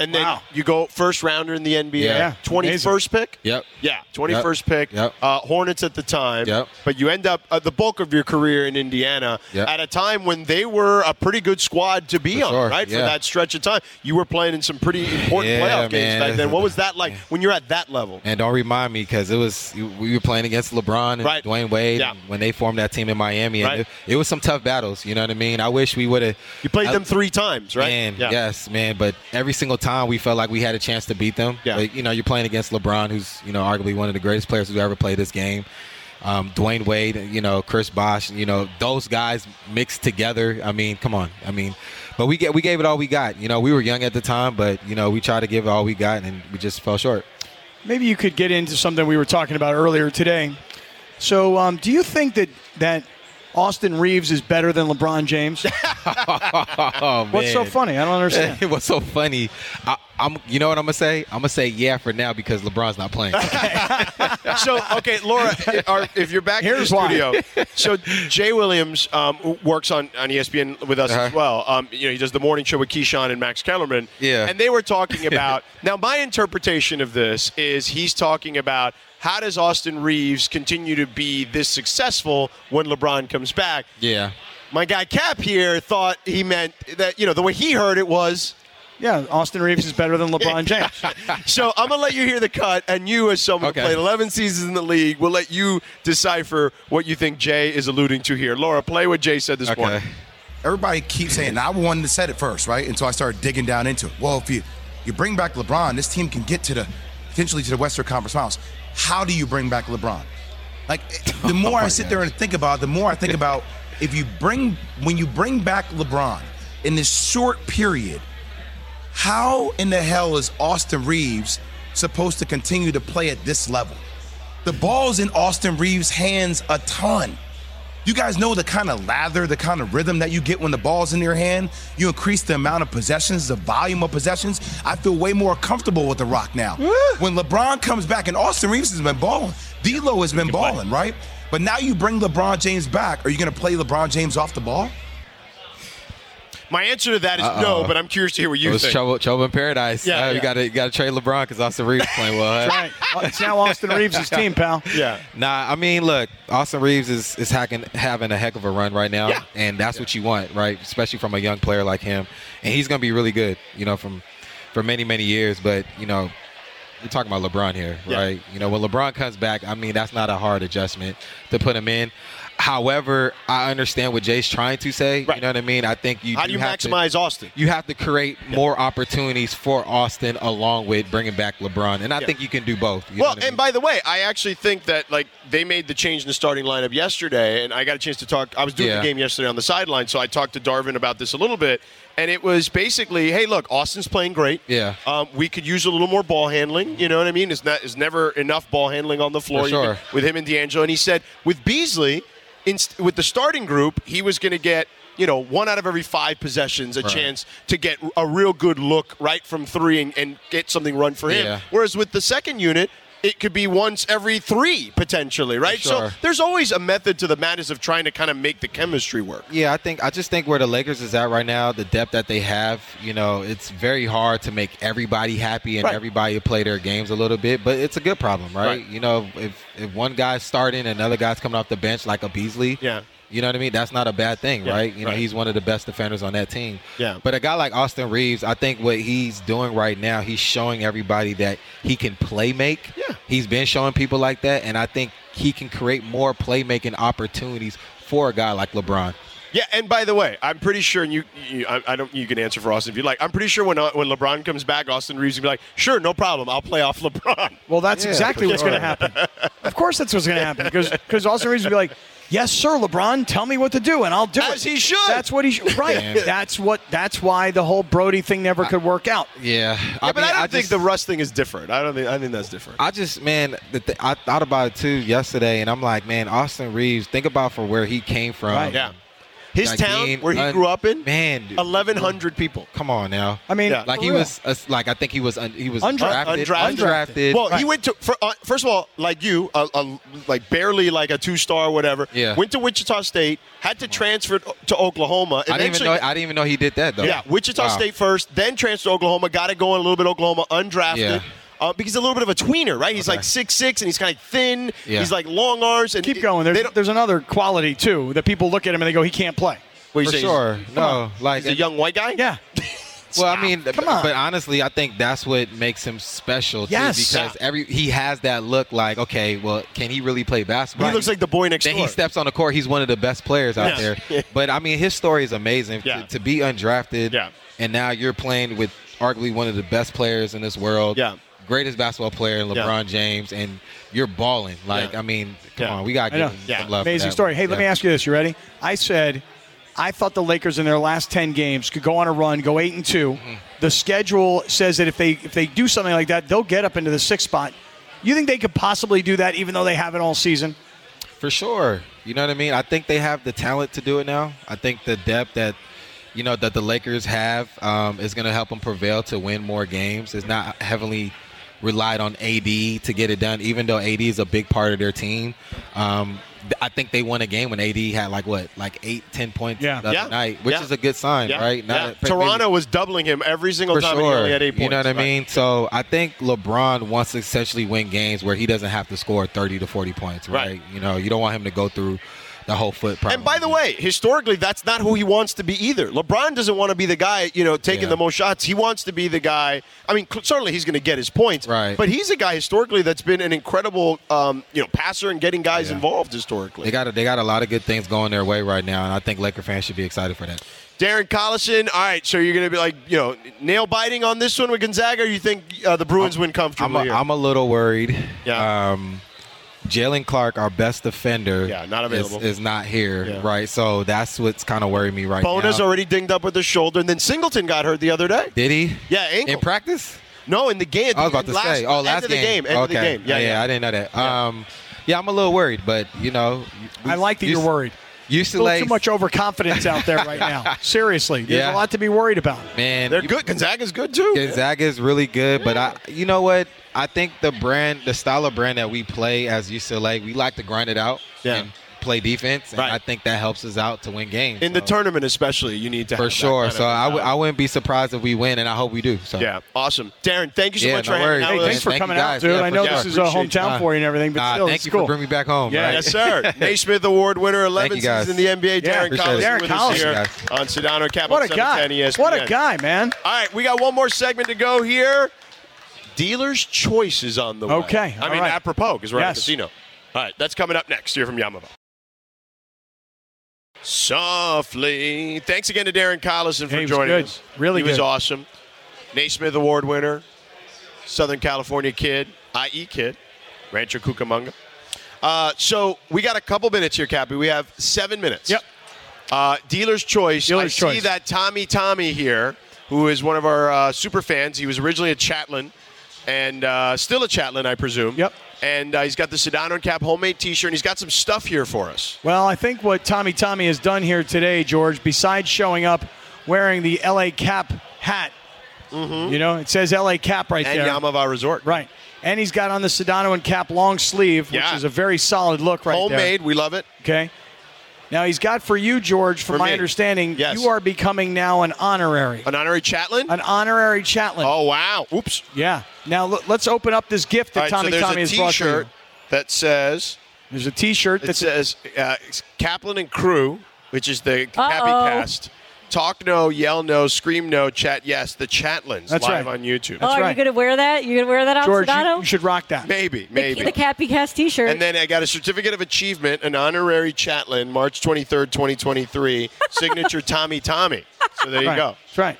Speaker 2: And then
Speaker 4: Wow.
Speaker 2: you go first rounder in the NBA,
Speaker 8: Yeah.
Speaker 2: twenty first pick.
Speaker 8: Yep.
Speaker 2: Yeah, twenty first pick.
Speaker 8: Yep.
Speaker 2: Uh, Hornets at the time.
Speaker 8: Yep.
Speaker 2: But you end up uh, the bulk of your career in Indiana
Speaker 8: Yep.
Speaker 2: at a time when they were a pretty good squad to be
Speaker 8: For
Speaker 2: on,
Speaker 8: sure,
Speaker 2: right? For
Speaker 8: yeah.
Speaker 2: that stretch of time, you were playing in some pretty important
Speaker 8: Yeah,
Speaker 2: playoff
Speaker 8: man.
Speaker 2: games back then. What was that like when you're at that level?
Speaker 8: And don't remind me because it was we were playing against LeBron and
Speaker 2: Right.
Speaker 8: Dwayne Wade
Speaker 2: Yeah.
Speaker 8: when they formed that team in Miami, and
Speaker 2: Right.
Speaker 8: it, it was some tough battles. You know what I mean? I wish we would have.
Speaker 2: You played them three times, right?
Speaker 8: Man, yes, man. But every single time we felt like we had a chance to beat them.
Speaker 2: Yeah.
Speaker 8: Like, you know, you're playing against LeBron, who's you know arguably one of the greatest players who ever played this game. Um, Dwayne Wade, you know, Chris Bosh, you know, those guys mixed together. I mean, come on. I mean, but we get we gave it all we got. You know, we were young at the time, but you know, we tried to give it all we got, and we just fell short.
Speaker 4: Maybe you could get into something we were talking about earlier today. So, um, do you think that that Austin Reeves is better than LeBron James?
Speaker 8: Oh
Speaker 4: What's so
Speaker 8: man.
Speaker 4: funny? I don't understand.
Speaker 8: It was so funny. I, I'm, you know what I'm gonna say? I'm gonna say yeah for now because LeBron's not playing.
Speaker 2: so okay, Laura, our, if you're back
Speaker 4: Here's
Speaker 2: in the
Speaker 4: why.
Speaker 2: studio, so Jay Williams um, w- works on, on E ESPN with us as
Speaker 8: Uh-huh.
Speaker 2: well. Um, you know, he does the morning show with Keyshawn and Max Kellerman.
Speaker 8: Yeah.
Speaker 2: and they were talking about. now, my interpretation of this is he's talking about how does Austin Reeves continue to be this successful when LeBron comes back.
Speaker 8: yeah,
Speaker 2: My guy Cap here thought he meant that you know the way he heard it was.
Speaker 4: yeah, Austin Reeves is better than LeBron James.
Speaker 2: So I'm gonna let you hear the cut, and you, as someone
Speaker 8: Okay.
Speaker 2: who played 11 seasons in the league, will let you decipher what you think Jay is alluding to here. Laura, play what Jay said this
Speaker 8: okay.
Speaker 2: morning.
Speaker 9: everybody keeps saying, and I wanted to said it first, right? Until I started digging down into it. Well, if you you bring back LeBron, this team can get to the potentially to the Western Conference Finals. How do you bring back LeBron? Like it- the more I sit there and think about, it, the more I think about if you bring when you bring back LeBron in this short period, how in the hell is Austin Reeves supposed to continue to play at this level? The ball's in Austin Reeves' hands a ton. You guys know the kind of lather, the kind of rhythm that you get when the ball's in your hand. You increase the amount of possessions, the volume of possessions. I feel way more comfortable with The Rock now. when LeBron comes back, and Austin Reeves has been balling, D'Lo has been balling, right? But now you bring LeBron James back. Are you going to play LeBron James off the ball?
Speaker 2: My answer to that is no, but I'm curious to hear what you
Speaker 8: it was
Speaker 2: think.
Speaker 8: Trouble, trouble in paradise.
Speaker 2: Yeah,
Speaker 8: Yeah,
Speaker 2: yeah.
Speaker 8: you got to you got to trade LeBron because Austin Reeves playing well. huh?
Speaker 4: It's now Austin Reeves' team, pal.
Speaker 2: Yeah.
Speaker 8: Nah, I mean, look, Austin Reeves is is hacking, having a heck of a run right now, and that's what you want, right? Especially from a young player like him, and he's going to be really good, you know, from for many many years. But you know, we're talking about LeBron here,
Speaker 2: Yeah.
Speaker 8: right? You know, when LeBron comes back, I mean, that's not a hard adjustment to put him in. However, I understand what Jay's trying to say. You know what I mean? I think you
Speaker 2: How do you
Speaker 8: have to-
Speaker 2: maximize Austin?
Speaker 8: you have to create more opportunities for Austin along with bringing back LeBron. And I
Speaker 2: Yeah.
Speaker 8: think you can do both. you know
Speaker 2: well,
Speaker 8: what I
Speaker 2: and by the way, I actually think that like they made the change in the starting lineup yesterday, and I got a chance to talk. I was doing
Speaker 8: Yeah.
Speaker 2: the game yesterday on the sideline, so I talked to Darvin about this a little bit, and it was basically, hey, look, Austin's playing great.
Speaker 8: Yeah.
Speaker 2: um, we could use a little more ball handling. You know what I mean? It's not, it's never enough ball handling on the floor
Speaker 8: For
Speaker 2: You can-
Speaker 8: sure.
Speaker 2: with him and D'Angelo, and he said with Beasley, inst- with the starting group, he was going to get. You know, one out of every five possessions, a chance to get a real good look right from three and, and get something run for him.
Speaker 8: Yeah.
Speaker 2: Whereas with the second unit, it could be once every three potentially, right? So
Speaker 8: Sure.
Speaker 2: there's always a method to the madness of trying to kind of make the chemistry work.
Speaker 8: Yeah, I think I just think where the Lakers is at right now, the depth that they have, you know, it's very hard to make everybody happy and
Speaker 2: Right.
Speaker 8: everybody to play their games a little bit, but it's a good problem, right?
Speaker 2: Right.
Speaker 8: You know, if if one guy's starting and another guy's coming off the bench like a Beasley,
Speaker 2: Yeah.
Speaker 8: You know what I mean? That's not a bad thing,
Speaker 2: Yeah,
Speaker 8: right? You know,
Speaker 2: right.
Speaker 8: he's one of the best defenders on that team.
Speaker 2: Yeah.
Speaker 8: But a guy like Austin Reeves, I think what he's doing right now, he's showing everybody that he can play make.
Speaker 2: Yeah.
Speaker 8: He's been showing people like that, and I think he can create more playmaking opportunities for a guy like LeBron.
Speaker 2: Yeah, and by the way, I'm pretty sure and you, you I, I don't you can answer for Austin if you like. I'm pretty sure when uh, when LeBron comes back, Austin Reeves will be like, "Sure, no problem. I'll play off LeBron."
Speaker 4: Well, that's
Speaker 8: Yeah,
Speaker 4: exactly
Speaker 8: for
Speaker 4: what's going to
Speaker 8: sure.
Speaker 4: happen. Of course, that's what's going to happen because because Austin Reeves would be like, "Yes, sir, LeBron, tell me what to do, and I'll do it."
Speaker 2: As he should.
Speaker 4: That's what he should. Right.
Speaker 8: Damn.
Speaker 4: That's what. That's why the whole Brody thing never could work out.
Speaker 8: Yeah,
Speaker 2: Yeah, but I don't think
Speaker 8: just-
Speaker 2: the Russ thing is different. I don't think I think that's different.
Speaker 8: I just man, the th- I thought about it too yesterday, and I'm like, man, Austin Reeves. Think about from where he came from.
Speaker 4: Right.
Speaker 2: yeah. His
Speaker 8: Like
Speaker 2: town
Speaker 8: being
Speaker 2: where he
Speaker 8: un-
Speaker 2: grew up in,
Speaker 8: man, dude.
Speaker 2: 1100 people.
Speaker 8: Come on now.
Speaker 4: I mean,
Speaker 2: Yeah.
Speaker 8: like
Speaker 4: for
Speaker 8: he
Speaker 4: real.
Speaker 8: was, uh, like I think he was, un- he was
Speaker 4: Undra-
Speaker 8: drafted,
Speaker 2: Undrafted.
Speaker 8: undrafted.
Speaker 2: Well, he went to for, uh, first of all, like you, uh, uh, like barely like a two star, whatever.
Speaker 8: Yeah.
Speaker 2: Went to Wichita State, had to transfer to Oklahoma.
Speaker 8: I didn't even know.
Speaker 2: eventually-
Speaker 8: I didn't even know he did that though.
Speaker 2: yeah, Wichita
Speaker 8: Wow.
Speaker 2: State first, then transfer to Oklahoma. Got it going a little bit. Oklahoma undrafted.
Speaker 8: Yeah.
Speaker 2: Uh, because he's a little bit of a tweener, right? He's like six six, and he's kind of thin.
Speaker 8: Yeah.
Speaker 2: He's like long arms, and
Speaker 4: Keep
Speaker 2: it-
Speaker 4: going.
Speaker 2: they
Speaker 4: There's,
Speaker 2: don't-
Speaker 4: there's another quality too that people look at him and they go, "He can't play."
Speaker 2: what you
Speaker 8: for
Speaker 2: say, he's-
Speaker 8: sure.
Speaker 2: come on.
Speaker 8: No, like
Speaker 2: He's a young white guy.
Speaker 4: Yeah.
Speaker 8: Well, I mean,
Speaker 4: Come on.
Speaker 8: but honestly, I think that's what makes him special. Too,
Speaker 4: Yes.
Speaker 8: because every he has that look. Like, okay, well, can he really play basketball?
Speaker 2: He looks like the boy next
Speaker 8: then
Speaker 2: door.
Speaker 8: he steps on the court. He's one of the best players out
Speaker 2: Yeah.
Speaker 8: there. But I mean, his story is amazing.
Speaker 2: Yeah.
Speaker 8: To, to be undrafted,
Speaker 2: Yeah.
Speaker 8: and now you're playing with arguably one of the best players in this world.
Speaker 2: Yeah.
Speaker 8: Greatest basketball player, LeBron
Speaker 2: Yeah.
Speaker 8: James, and you're balling. Like,
Speaker 2: Yeah.
Speaker 8: I mean, come
Speaker 2: Yeah.
Speaker 8: on, we got to
Speaker 4: I know.
Speaker 8: give him
Speaker 2: Yeah.
Speaker 8: some love. for
Speaker 4: Amazing
Speaker 8: that.
Speaker 4: story. Hey, let
Speaker 8: Yeah.
Speaker 4: me ask you this. You ready? I said, I thought the Lakers in their last ten games could go on a run, go eight and 2
Speaker 8: Mm-hmm.
Speaker 4: The schedule says that if they if they do something like that, they'll get up into the sixth spot. You think they could possibly do that, even though they haven't all season?
Speaker 8: For sure. You know what I mean? I think they have the talent to do it now. I think the depth that you know that the Lakers have um, is going to help them prevail to win more games. It's not heavily relied on AD to get it done, even though AD is a big part of their team. Um, th- I think they won a game when AD had like what, like eight, ten points
Speaker 4: Yeah.
Speaker 8: the other
Speaker 2: Yeah.
Speaker 8: night, which
Speaker 2: Yeah.
Speaker 8: is a good sign,
Speaker 2: Yeah.
Speaker 8: right?
Speaker 2: Yeah.
Speaker 8: Not-
Speaker 2: Toronto was doubling him every single
Speaker 8: for
Speaker 2: time. and he
Speaker 8: sure.
Speaker 2: only had eight points.
Speaker 8: you know what I
Speaker 2: Right.
Speaker 8: mean? So I think LeBron wants to essentially win games where he doesn't have to score 30 to 40 points, right?
Speaker 2: Right.
Speaker 8: You know, you don't want him to go through the whole foot problem.
Speaker 2: And by the way, historically, that's not who he wants to be either. LeBron doesn't want to be the guy, you know, taking
Speaker 8: Yeah.
Speaker 2: the most shots. He wants to be the guy. I mean, cl- certainly he's going to get his points, right? But he's a guy historically that's been an incredible, um, you know, passer and getting guys involved historically.
Speaker 8: They got a, they got a lot of good things going their way right now, and I think Laker fans should be excited for that.
Speaker 2: Darren Collison. All right, so you're going to be like, you know, nail biting on this one with Gonzaga. Or you think uh, the Bruins win
Speaker 8: I'm
Speaker 2: comfortably?
Speaker 8: a,
Speaker 2: here?
Speaker 8: I'm a little worried. Yeah. Um, Jalen Clark, our best defender,
Speaker 2: Yeah, not
Speaker 8: is-
Speaker 2: available.
Speaker 8: is, not here,
Speaker 2: Yeah.
Speaker 8: right? So that's what's kind of worrying me right
Speaker 2: Bona's
Speaker 8: now.
Speaker 2: already dinged up with his shoulder, and then Singleton got hurt the other day.
Speaker 8: Did he?
Speaker 2: Yeah, ankle. In
Speaker 8: practice?
Speaker 2: No, in the game.
Speaker 8: I was about to
Speaker 2: last,
Speaker 8: say, oh, last
Speaker 2: end of the game. End
Speaker 8: okay. Oh,
Speaker 2: of the game. Yeah, yeah.
Speaker 8: I didn't know that. Um, yeah, I'm a little worried, but you know, I like
Speaker 4: that you're worried. A
Speaker 8: UCLA,
Speaker 4: little too much overconfidence out there right now. Seriously, there's
Speaker 8: Yeah.
Speaker 4: a lot to be worried about.
Speaker 8: man,
Speaker 2: they're good. Gonzaga's good too.
Speaker 8: Gonzaga is really good, but I, you know what? I think the brand, the style of brand that we play as UCLA, we like to grind it out and play defense, and I think that helps us out to win games
Speaker 2: In the tournament, especially, you need to
Speaker 8: for
Speaker 2: have that
Speaker 8: sure.
Speaker 2: kind of
Speaker 8: So I, w-
Speaker 2: mentality.
Speaker 8: I wouldn't be surprised if we win, and I hope we do. So
Speaker 2: Yeah, awesome, Darren. Thank you so
Speaker 8: Yeah,
Speaker 2: much
Speaker 8: no
Speaker 2: for hanging
Speaker 8: worries.
Speaker 2: out
Speaker 8: Hey,
Speaker 2: with
Speaker 8: thanks
Speaker 2: us.
Speaker 8: for Thank you coming out, guys. dude. Yeah, I for know sure. this is a
Speaker 2: Appreciate you.
Speaker 8: hometown
Speaker 2: Nah.
Speaker 8: for you and everything, but
Speaker 4: Nah,
Speaker 8: still,
Speaker 4: thank
Speaker 8: it's
Speaker 4: you
Speaker 8: cool.
Speaker 4: for bringing me back home.
Speaker 2: Yeah,
Speaker 4: right?
Speaker 2: yes, sir. Naismith Award winner, 11
Speaker 8: Thank you, guys.
Speaker 2: seasons in the NBA.
Speaker 8: Yeah,
Speaker 2: Darren
Speaker 8: appreciate
Speaker 2: Collison
Speaker 8: it. Darren
Speaker 2: with us
Speaker 8: Collison.
Speaker 2: here
Speaker 8: Guys.
Speaker 2: on Sedano Capital E
Speaker 4: What a guy.
Speaker 8: E
Speaker 2: 710 ESPN.
Speaker 4: What a guy, man.
Speaker 2: All right, we got one more segment to go here. Dealer's Choice is on the way.
Speaker 4: Okay,
Speaker 2: I
Speaker 4: all
Speaker 2: mean,
Speaker 4: right.
Speaker 2: apropos, because we're at a
Speaker 4: Yes.
Speaker 2: casino. All right, that's coming up next here from Yamava. Softly. Thanks again to Darren Collison for
Speaker 4: Hey, he was
Speaker 2: joining
Speaker 4: good.
Speaker 2: us.
Speaker 4: Really
Speaker 2: he was
Speaker 4: good.
Speaker 2: awesome. Naismith Award winner, Southern California kid, IE kid, Rancho Cucamonga. Uh, so we got a couple minutes here, Cappy. We have seven minutes. Yep. Uh, dealer's choice.
Speaker 4: Dealer's
Speaker 2: I see
Speaker 4: choice.
Speaker 2: that Tommy Tommy here, who is one of our uh, super fans. He was originally a Chatlin, and uh, still a Chatlin, I presume. Yep. And uh, he's got the Sedano and Cap homemade T-shirt, and he's got some stuff here for us.
Speaker 4: Well, I think what Tommy Tommy has done here today, George, besides showing up wearing the LA Cap hat, you know, it says LA Cap right
Speaker 2: Mm-hmm. And
Speaker 4: there.
Speaker 2: Yamava Resort.
Speaker 4: Right. And he's got on the Sedano and Cap long sleeve,
Speaker 2: Yeah.
Speaker 4: which is a very solid look right there.
Speaker 2: Homemade, we love it.
Speaker 4: Okay. Now he's got for you, George, from
Speaker 2: For
Speaker 4: my
Speaker 2: me.
Speaker 4: understanding,
Speaker 2: Yes.
Speaker 4: you are becoming now an honorary.
Speaker 2: An honorary Chatlin.
Speaker 4: An honorary Chatlin.
Speaker 2: Oh wow! Oops.
Speaker 4: Yeah. Now l- let's open up this gift that
Speaker 2: All right, so
Speaker 4: Tommy
Speaker 2: there's
Speaker 4: Tommy
Speaker 2: a
Speaker 4: has brought to you.
Speaker 2: T-shirt that says.
Speaker 4: There's a T-shirt
Speaker 2: that says uh, it's Kaplan and Crew, which is the Cappy
Speaker 3: Uh-oh.
Speaker 2: Cast. Talk no, yell no, scream no, chat yes. The Chatlins
Speaker 4: That's
Speaker 2: live
Speaker 4: right. Uh,
Speaker 2: on YouTube.
Speaker 3: oh, are you gonna wear that? You gonna wear that out,
Speaker 4: George, you,
Speaker 3: Sedano?
Speaker 4: you should rock that.
Speaker 2: Maybe, maybe.
Speaker 3: the Cappy Cast T-shirt.
Speaker 2: And then I got a certificate of achievement, an honorary Chatlin, March 23rd, 2023, signature Tommy Tommy. So there you
Speaker 4: Right.
Speaker 2: go.
Speaker 4: That's right.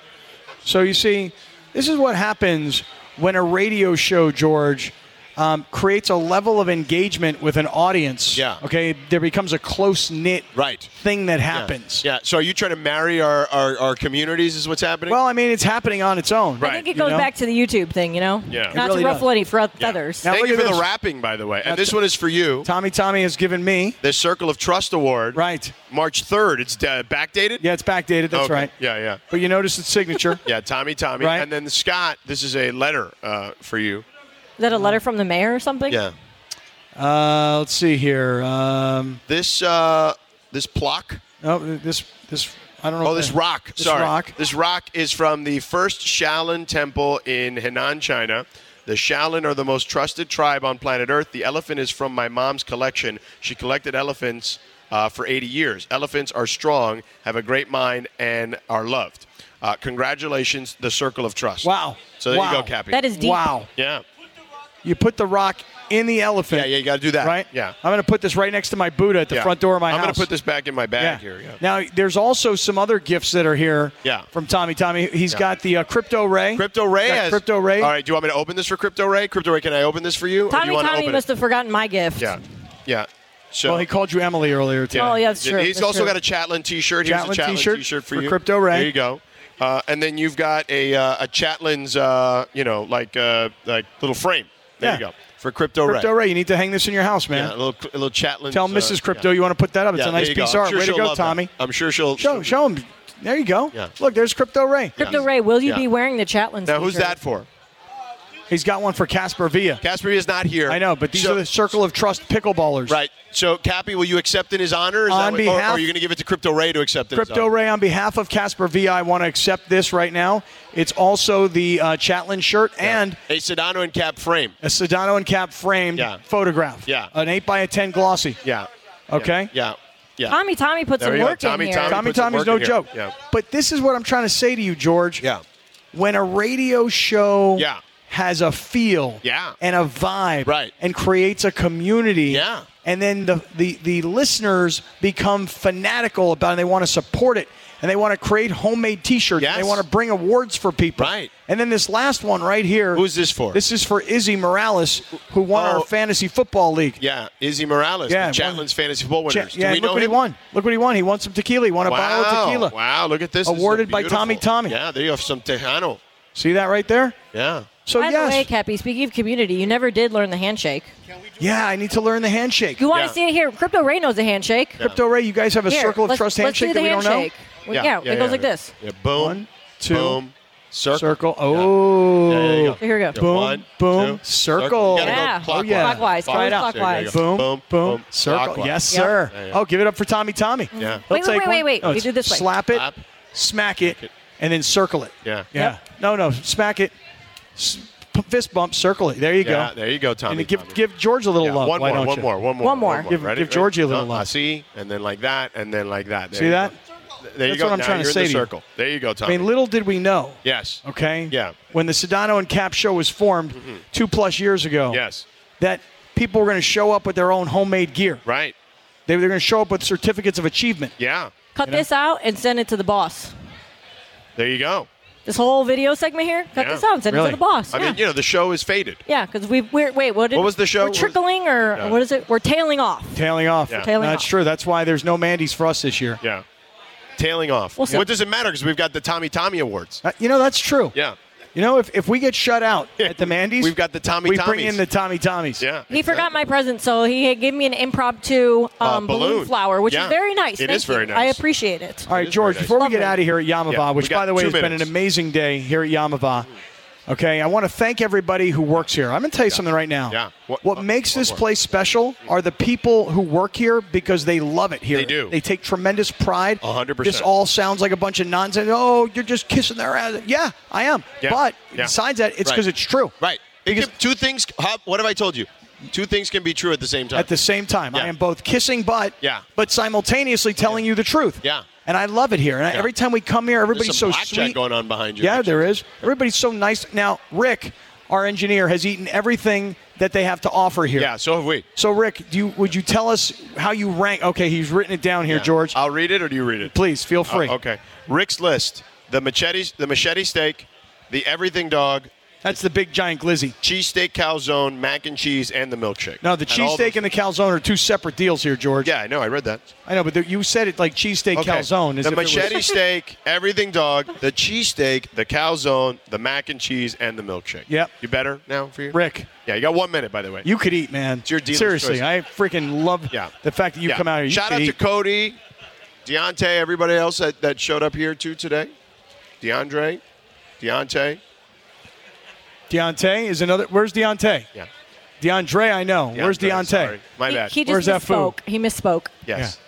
Speaker 4: So you see, this is what happens when a radio show, George, um, creates a level of engagement with an audience. Yeah. Okay. There becomes a close knit
Speaker 2: right
Speaker 4: thing that happens.
Speaker 2: Yeah. yeah. So are you trying to marry our, our, our communities, is what's happening?
Speaker 4: Well, I mean, it's happening on its own.
Speaker 3: I think it goes back to the YouTube thing, you know.
Speaker 2: Yeah. It
Speaker 3: Not
Speaker 2: really
Speaker 3: to ruffle
Speaker 2: does.
Speaker 3: any fro- feathers.
Speaker 2: Thank you for the wrapping, by the way. And this one is for you.
Speaker 4: Tommy Tommy has given me
Speaker 2: the Circle of Trust Award.
Speaker 4: Right.
Speaker 2: March 3rd. It's uh, backdated?
Speaker 4: Yeah, it's backdated. That's
Speaker 2: Okay.
Speaker 4: right.
Speaker 2: Yeah, yeah.
Speaker 4: But you notice its signature.
Speaker 2: Yeah, Tommy, Tommy,
Speaker 4: Right.
Speaker 2: and then Scott. This is a letter uh, for you.
Speaker 3: Is that a letter from the mayor or something?
Speaker 2: Yeah.
Speaker 4: Uh, let's see here. Um,
Speaker 2: This uh, this block.
Speaker 4: Oh, this this I don't know.
Speaker 2: Oh, this rock.
Speaker 4: This
Speaker 2: Sorry,
Speaker 4: rock.
Speaker 2: This rock is from the first Shaolin Temple in Henan, China. The Shaolin are the most trusted tribe on planet Earth. The elephant is from my mom's collection. She collected elephants uh, for 80 years. Elephants are strong, have a great mind, and are loved. Uh, congratulations, the Circle of Trust.
Speaker 4: Wow.
Speaker 2: So there
Speaker 4: Wow.
Speaker 2: you go, Cappy.
Speaker 4: That is deep. Wow.
Speaker 2: Yeah.
Speaker 4: You put the rock in the elephant.
Speaker 2: Yeah, yeah, you got to do that.
Speaker 4: Right?
Speaker 2: Yeah.
Speaker 4: I'm going to put this right next to my Buddha at the
Speaker 2: Yeah.
Speaker 4: front door of my
Speaker 2: I'm
Speaker 4: house.
Speaker 2: gonna put this back in my bag here. Yeah.
Speaker 4: Now, there's also some other gifts that are here
Speaker 2: Yeah.
Speaker 4: from Tommy Tommy. He's
Speaker 2: Yeah.
Speaker 4: got the uh, Crypto Ray.
Speaker 2: Crypto Ray.
Speaker 4: Got
Speaker 2: Has,
Speaker 4: Crypto Ray.
Speaker 2: All right. Do you want me to open this for Crypto Ray? Crypto Ray, can I open this for you? or do
Speaker 3: Tommy
Speaker 2: you want to
Speaker 3: Tommy
Speaker 2: open
Speaker 3: must
Speaker 2: it?
Speaker 3: have forgotten my gift.
Speaker 2: Yeah. Yeah. So.
Speaker 4: Well, he called you Emily earlier today.
Speaker 3: Oh, yeah, that's
Speaker 2: Yeah,
Speaker 3: true.
Speaker 2: He's
Speaker 3: That's
Speaker 2: also
Speaker 3: true.
Speaker 2: got a Chatlin T-shirt. Here's
Speaker 4: Chatlin
Speaker 2: a Chatlin
Speaker 4: t-shirt
Speaker 2: T-shirt, for,
Speaker 4: for
Speaker 2: you.
Speaker 4: Crypto Ray.
Speaker 2: There you go. Uh, and then you've got a uh, a Chatlin's, uh, you know, like uh, like little frame. There you
Speaker 4: Yeah.
Speaker 2: go for Crypto,
Speaker 4: Crypto
Speaker 2: Ray.
Speaker 4: Ray. You need to hang this in your house,
Speaker 2: Yeah,
Speaker 4: man.
Speaker 2: a little a little uh, Chatlin.
Speaker 4: Tell Mrs. Crypto you want to put that up. It's a nice piece of art. Way to go, Tommy.
Speaker 2: I'm sure she'll.
Speaker 4: Show, show him. There you go.
Speaker 2: Yeah.
Speaker 4: Look, there's Crypto Ray.
Speaker 3: Crypto Ray, will you
Speaker 4: Yeah.
Speaker 3: be wearing the Chatlin's?
Speaker 4: Now, who's
Speaker 3: t-shirt?
Speaker 4: that
Speaker 2: for?
Speaker 4: He's got one for Casper Villa.
Speaker 2: Casper is not here.
Speaker 4: I know, but these
Speaker 2: So-
Speaker 4: are the Circle of Trust pickleballers.
Speaker 2: Right. So, Cappy, will you accept in his honor? Is
Speaker 4: On
Speaker 2: that what- or- or,
Speaker 4: behalf-
Speaker 2: are you going to give it to Crypto Ray to accept in his
Speaker 4: Crypto
Speaker 2: honor?
Speaker 4: Ray, on behalf of Casper V, I want to accept this right now. It's also the uh, Chatlin shirt and
Speaker 2: A Sedano and Cap frame.
Speaker 4: a Sedano and Cap framed photograph.
Speaker 2: Yeah.
Speaker 4: An 8 by a 10 glossy.
Speaker 2: Yeah.
Speaker 4: Okay?
Speaker 2: Yeah. Yeah.
Speaker 3: Tommy Tommy puts
Speaker 2: There
Speaker 3: some
Speaker 2: you go.
Speaker 3: work
Speaker 2: Tommy
Speaker 3: in here.
Speaker 2: Tommy
Speaker 4: Tommy
Speaker 2: put some
Speaker 4: Tommy's
Speaker 2: work
Speaker 4: no
Speaker 2: in here.
Speaker 4: joke.
Speaker 2: Yeah.
Speaker 4: But this is what I'm trying to say to you, George.
Speaker 2: Yeah.
Speaker 4: When a radio show
Speaker 2: Yeah.
Speaker 4: has a feel
Speaker 2: Yeah.
Speaker 4: and a vibe right. and creates a community.
Speaker 2: Yeah.
Speaker 4: And then the, the, the listeners become fanatical about it and they want to support it and they want to create homemade t shirts. and
Speaker 2: Yes.
Speaker 4: They want to bring awards for people.
Speaker 2: Right.
Speaker 4: And then this last one right here.
Speaker 2: Who's this for?
Speaker 4: This is for Izzy Morales, who won
Speaker 2: Oh.
Speaker 4: our fantasy football league.
Speaker 2: Yeah, Izzy Morales,
Speaker 4: Yeah,
Speaker 2: the Chatlin's fantasy football
Speaker 4: Che-
Speaker 2: winners. Do
Speaker 4: yeah,
Speaker 2: we
Speaker 4: and
Speaker 2: know
Speaker 4: look what
Speaker 2: him?
Speaker 4: he won. Look what he won. He won some tequila. He won a bottle of tequila.
Speaker 2: Wow, look at this. This is
Speaker 4: Awarded by
Speaker 2: beautiful.
Speaker 4: Tommy Tommy.
Speaker 2: Yeah, there you have some Tejano.
Speaker 4: See that right there?
Speaker 2: Yeah.
Speaker 4: So
Speaker 3: By
Speaker 4: yes,
Speaker 3: the way, Cappy, speaking of community, you never did learn the handshake.
Speaker 4: yeah, I need to learn the handshake.
Speaker 3: You want to see it here? Crypto Ray knows the handshake.
Speaker 4: Crypto Ray, you guys have a
Speaker 3: Here,
Speaker 4: circle of
Speaker 3: let's-
Speaker 4: trust
Speaker 3: let's do the
Speaker 4: handshake that we
Speaker 3: handshake.
Speaker 4: don't know.
Speaker 3: We- yeah, it goes like this.
Speaker 2: Yeah, boom.
Speaker 4: One, two,
Speaker 2: boom, circle.
Speaker 4: circle. Oh,
Speaker 2: Yeah, there you go.
Speaker 3: Here we go.
Speaker 2: Yeah,
Speaker 4: Boom,
Speaker 2: one,
Speaker 4: boom,
Speaker 2: two,
Speaker 4: circle.
Speaker 2: You gotta
Speaker 3: Yeah.
Speaker 2: go
Speaker 3: Oh,
Speaker 2: clockwise.
Speaker 3: yeah. Clockwise. Go
Speaker 2: Clockwise.
Speaker 3: clockwise.
Speaker 2: There you go.
Speaker 4: Boom, boom,
Speaker 2: boom,
Speaker 4: circle.
Speaker 2: clockwise.
Speaker 4: Yes,
Speaker 3: Yep.
Speaker 4: sir.
Speaker 2: Yeah, yeah.
Speaker 4: Oh, give it up for Tommy Tommy.
Speaker 2: Yeah.
Speaker 4: He'll
Speaker 3: Wait, wait,
Speaker 4: take
Speaker 3: wait,
Speaker 4: one.
Speaker 3: wait,
Speaker 4: No,
Speaker 3: wait. We
Speaker 4: it's
Speaker 3: do this way.
Speaker 4: Slap it,
Speaker 2: Slap.
Speaker 4: smack it,
Speaker 2: it.
Speaker 4: and then circle it.
Speaker 2: Yeah.
Speaker 4: Yeah. No, no, smack it, s- p- fist bump, circle it. There you
Speaker 2: Yeah,
Speaker 4: go.
Speaker 2: there you go, Tommy.
Speaker 4: And then give
Speaker 2: Tommy.
Speaker 4: give George a little
Speaker 2: Yeah,
Speaker 4: love.
Speaker 2: One
Speaker 4: why
Speaker 2: more,
Speaker 4: don't
Speaker 2: one
Speaker 4: you?
Speaker 2: more, one more,
Speaker 3: One more.
Speaker 4: Give- give Georgie a little
Speaker 2: No, I
Speaker 4: love.
Speaker 2: see, and then like that, and then like that. There
Speaker 4: See
Speaker 2: you
Speaker 4: that?
Speaker 2: go. There you
Speaker 4: That's
Speaker 2: go.
Speaker 4: what I'm
Speaker 2: Now
Speaker 4: trying to
Speaker 2: you're
Speaker 4: say
Speaker 2: in
Speaker 4: to
Speaker 2: the
Speaker 4: you.
Speaker 2: circle. There you go,
Speaker 4: I
Speaker 2: Tommy.
Speaker 4: mean, little did we know.
Speaker 2: yes.
Speaker 4: Okay.
Speaker 2: Yeah. Mm-hmm.
Speaker 4: When the Sedano and Cap show was formed two plus years ago.
Speaker 2: Yes.
Speaker 4: That people were going to show up with their own homemade gear.
Speaker 2: Right.
Speaker 4: They were going to show up with certificates of achievement.
Speaker 2: Yeah.
Speaker 3: Cut this out and send it to the boss.
Speaker 2: There you go.
Speaker 3: This whole video segment here, cut
Speaker 2: Yeah.
Speaker 3: this out and send it
Speaker 4: Really?
Speaker 3: to the boss.
Speaker 2: I
Speaker 3: yeah.
Speaker 2: mean, you know, the show is faded.
Speaker 3: yeah, because we we're wait. What, did,
Speaker 2: What was the show?
Speaker 3: We're trickling or
Speaker 2: Yeah.
Speaker 3: what is it? We're tailing off.
Speaker 4: Tailing off.
Speaker 2: Yeah.
Speaker 3: Tailing
Speaker 4: That's
Speaker 3: off.
Speaker 4: true. That's why there's no Mandy's for us this year.
Speaker 2: Yeah. Tailing off.
Speaker 3: We'll see.
Speaker 2: what does it matter? Because we've got the Tommy Tommy Awards.
Speaker 4: Uh, you know, that's true.
Speaker 2: Yeah.
Speaker 4: You know, if, if we get shut out
Speaker 2: Yeah.
Speaker 4: at the Mandy's,
Speaker 2: We've got the Tommy
Speaker 4: We bring
Speaker 2: Tommies.
Speaker 4: in the Tommy Tommies.
Speaker 2: Yeah.
Speaker 3: He forgot my present, so he had gave me an impromptu um,
Speaker 2: Uh,
Speaker 3: balloon.
Speaker 2: balloon.
Speaker 3: flower, which
Speaker 2: Yeah.
Speaker 3: is very nice.
Speaker 2: It
Speaker 3: Thank
Speaker 2: is very
Speaker 3: you.
Speaker 2: nice.
Speaker 3: I appreciate it.
Speaker 4: All
Speaker 2: It
Speaker 4: right,
Speaker 2: is
Speaker 4: George,
Speaker 2: very nice.
Speaker 4: before we get
Speaker 3: Lovely.
Speaker 4: out of here at Yamava,
Speaker 2: Yeah, we
Speaker 4: which, by
Speaker 2: got
Speaker 4: the way,
Speaker 2: two
Speaker 4: has been an
Speaker 2: minutes.
Speaker 4: amazing day here at Yamava. Okay, I want to thank everybody who works here. I'm going to tell you something right now.
Speaker 2: Yeah.
Speaker 4: What,
Speaker 2: What- uh,
Speaker 4: makes
Speaker 2: one
Speaker 4: this
Speaker 2: more.
Speaker 4: place special are the people who work here because they love it here.
Speaker 2: They do.
Speaker 4: They take tremendous pride.
Speaker 2: A hundred
Speaker 4: This
Speaker 2: percent.
Speaker 4: all sounds like a bunch of nonsense. Oh, you're just kissing their ass. Yeah, I am.
Speaker 2: Yeah,
Speaker 4: But
Speaker 2: yeah.
Speaker 4: besides that, it's
Speaker 2: Right.
Speaker 4: because it's true.
Speaker 2: Right. It
Speaker 4: Because-
Speaker 2: can- two things. How, what have I told you? Two things can be true at the same time.
Speaker 4: At the same time, I
Speaker 2: Yeah.
Speaker 4: am both kissing butt,
Speaker 2: Yeah.
Speaker 4: but simultaneously telling you the truth.
Speaker 2: Yeah.
Speaker 4: And I love it here. And I-
Speaker 2: Yeah.
Speaker 4: every time we come here,
Speaker 2: There's
Speaker 4: everybody's
Speaker 2: some
Speaker 4: so
Speaker 2: blackjack
Speaker 4: sweet.
Speaker 2: going on behind you.
Speaker 4: Yeah,
Speaker 2: Richard.
Speaker 4: there is. Everybody's so nice. Now, Rick, our engineer, has eaten everything that they have to offer here.
Speaker 2: Yeah. So have we.
Speaker 4: So, Rick, do you would you tell us how you rank? Okay, he's written it down here,
Speaker 2: Yeah.
Speaker 4: George.
Speaker 2: I'll read it, or do you read it?
Speaker 4: Please feel free.
Speaker 2: Uh, okay. Rick's list: the machete, the machete steak, the everything dog,
Speaker 4: That's the big giant glizzy.
Speaker 2: cheesesteak calzone, mac and cheese, and the milkshake.
Speaker 4: No, the
Speaker 2: Had all
Speaker 4: cheesesteak
Speaker 2: those-
Speaker 4: and the calzone are two separate deals here, George.
Speaker 2: Yeah, I know. I read that.
Speaker 4: I know, but the, you said it like cheesesteak
Speaker 2: Okay.
Speaker 4: calzone. Is
Speaker 2: the machete steak, everything dog, the cheesesteak, the calzone, the mac and cheese, and the milkshake.
Speaker 4: Yep.
Speaker 2: You better now for you?
Speaker 4: Rick,
Speaker 2: Yeah, you got one minute, by the way.
Speaker 4: you could eat, man.
Speaker 2: your dealer's
Speaker 4: Seriously,
Speaker 2: choice.
Speaker 4: I freaking love
Speaker 2: Yeah.
Speaker 4: the fact that you
Speaker 2: Yeah.
Speaker 4: come out here. You
Speaker 2: Shout
Speaker 4: could
Speaker 2: out to
Speaker 4: eat.
Speaker 2: Cody, Deontay, everybody else that, that showed up here too today. DeAndre, Deontay.
Speaker 4: Deontay is another. Where's Deontay?
Speaker 2: Yeah.
Speaker 4: DeAndre, I know. Where's
Speaker 2: DeAndre,
Speaker 4: Deontay?
Speaker 2: sorry. My
Speaker 3: he,
Speaker 2: bad.
Speaker 3: he just
Speaker 4: Where's that food?
Speaker 3: misspoke. He misspoke.
Speaker 2: yes.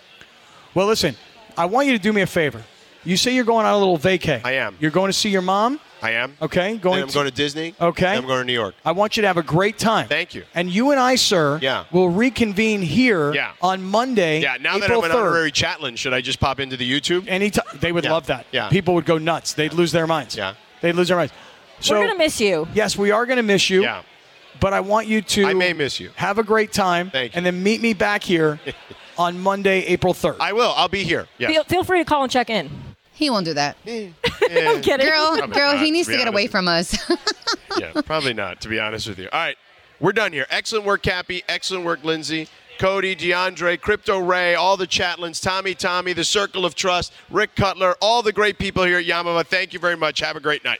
Speaker 4: Well, listen, I want you to do me a favor. You say you're going on a little vacay.
Speaker 2: I am.
Speaker 4: You're going to see your mom.
Speaker 2: I am.
Speaker 4: Okay,
Speaker 2: Then
Speaker 4: going
Speaker 2: I'm
Speaker 4: to-
Speaker 2: going to Disney.
Speaker 4: Okay.
Speaker 2: Then I'm going to New York.
Speaker 4: I want you to have a great time.
Speaker 2: Thank you.
Speaker 4: And you and I, sir,
Speaker 2: Yeah.
Speaker 4: will reconvene here
Speaker 2: Yeah.
Speaker 4: on Monday,
Speaker 2: Yeah, now that I'm
Speaker 4: April
Speaker 2: an
Speaker 4: 3rd.
Speaker 2: honorary chatlin, should I just pop into the YouTube?
Speaker 4: Anytime they would
Speaker 2: Yeah.
Speaker 4: love that.
Speaker 2: Yeah.
Speaker 4: People would go nuts. They'd lose their minds.
Speaker 2: Yeah.
Speaker 4: They'd lose their minds. So
Speaker 3: We're gonna miss you.
Speaker 4: Yes, we are going to miss you.
Speaker 2: Yeah.
Speaker 4: But I want you to
Speaker 2: I may miss you.
Speaker 4: Have a great time
Speaker 2: Thank you.
Speaker 4: and then meet me back here on Monday, April 3rd.
Speaker 2: I will. I'll be here. Yeah.
Speaker 3: Feel, feel free to call and check in.
Speaker 5: He won't do that.
Speaker 3: I'm kidding.
Speaker 5: Girl,
Speaker 2: Probably
Speaker 5: girl,
Speaker 2: not,
Speaker 5: he needs
Speaker 2: to
Speaker 5: to,
Speaker 2: be
Speaker 5: get
Speaker 2: honest
Speaker 5: away
Speaker 2: with
Speaker 5: from us.
Speaker 2: yeah, probably not, to be honest with you. All right, we're done here. Excellent work, Cappy. Excellent work, Lindsay. Cody, DeAndre, Crypto Ray, all the chatlins, Tommy Tommy, the Circle of Trust, Rick Cutler, all the great people here at Yamama. Thank you very much. Have a great night.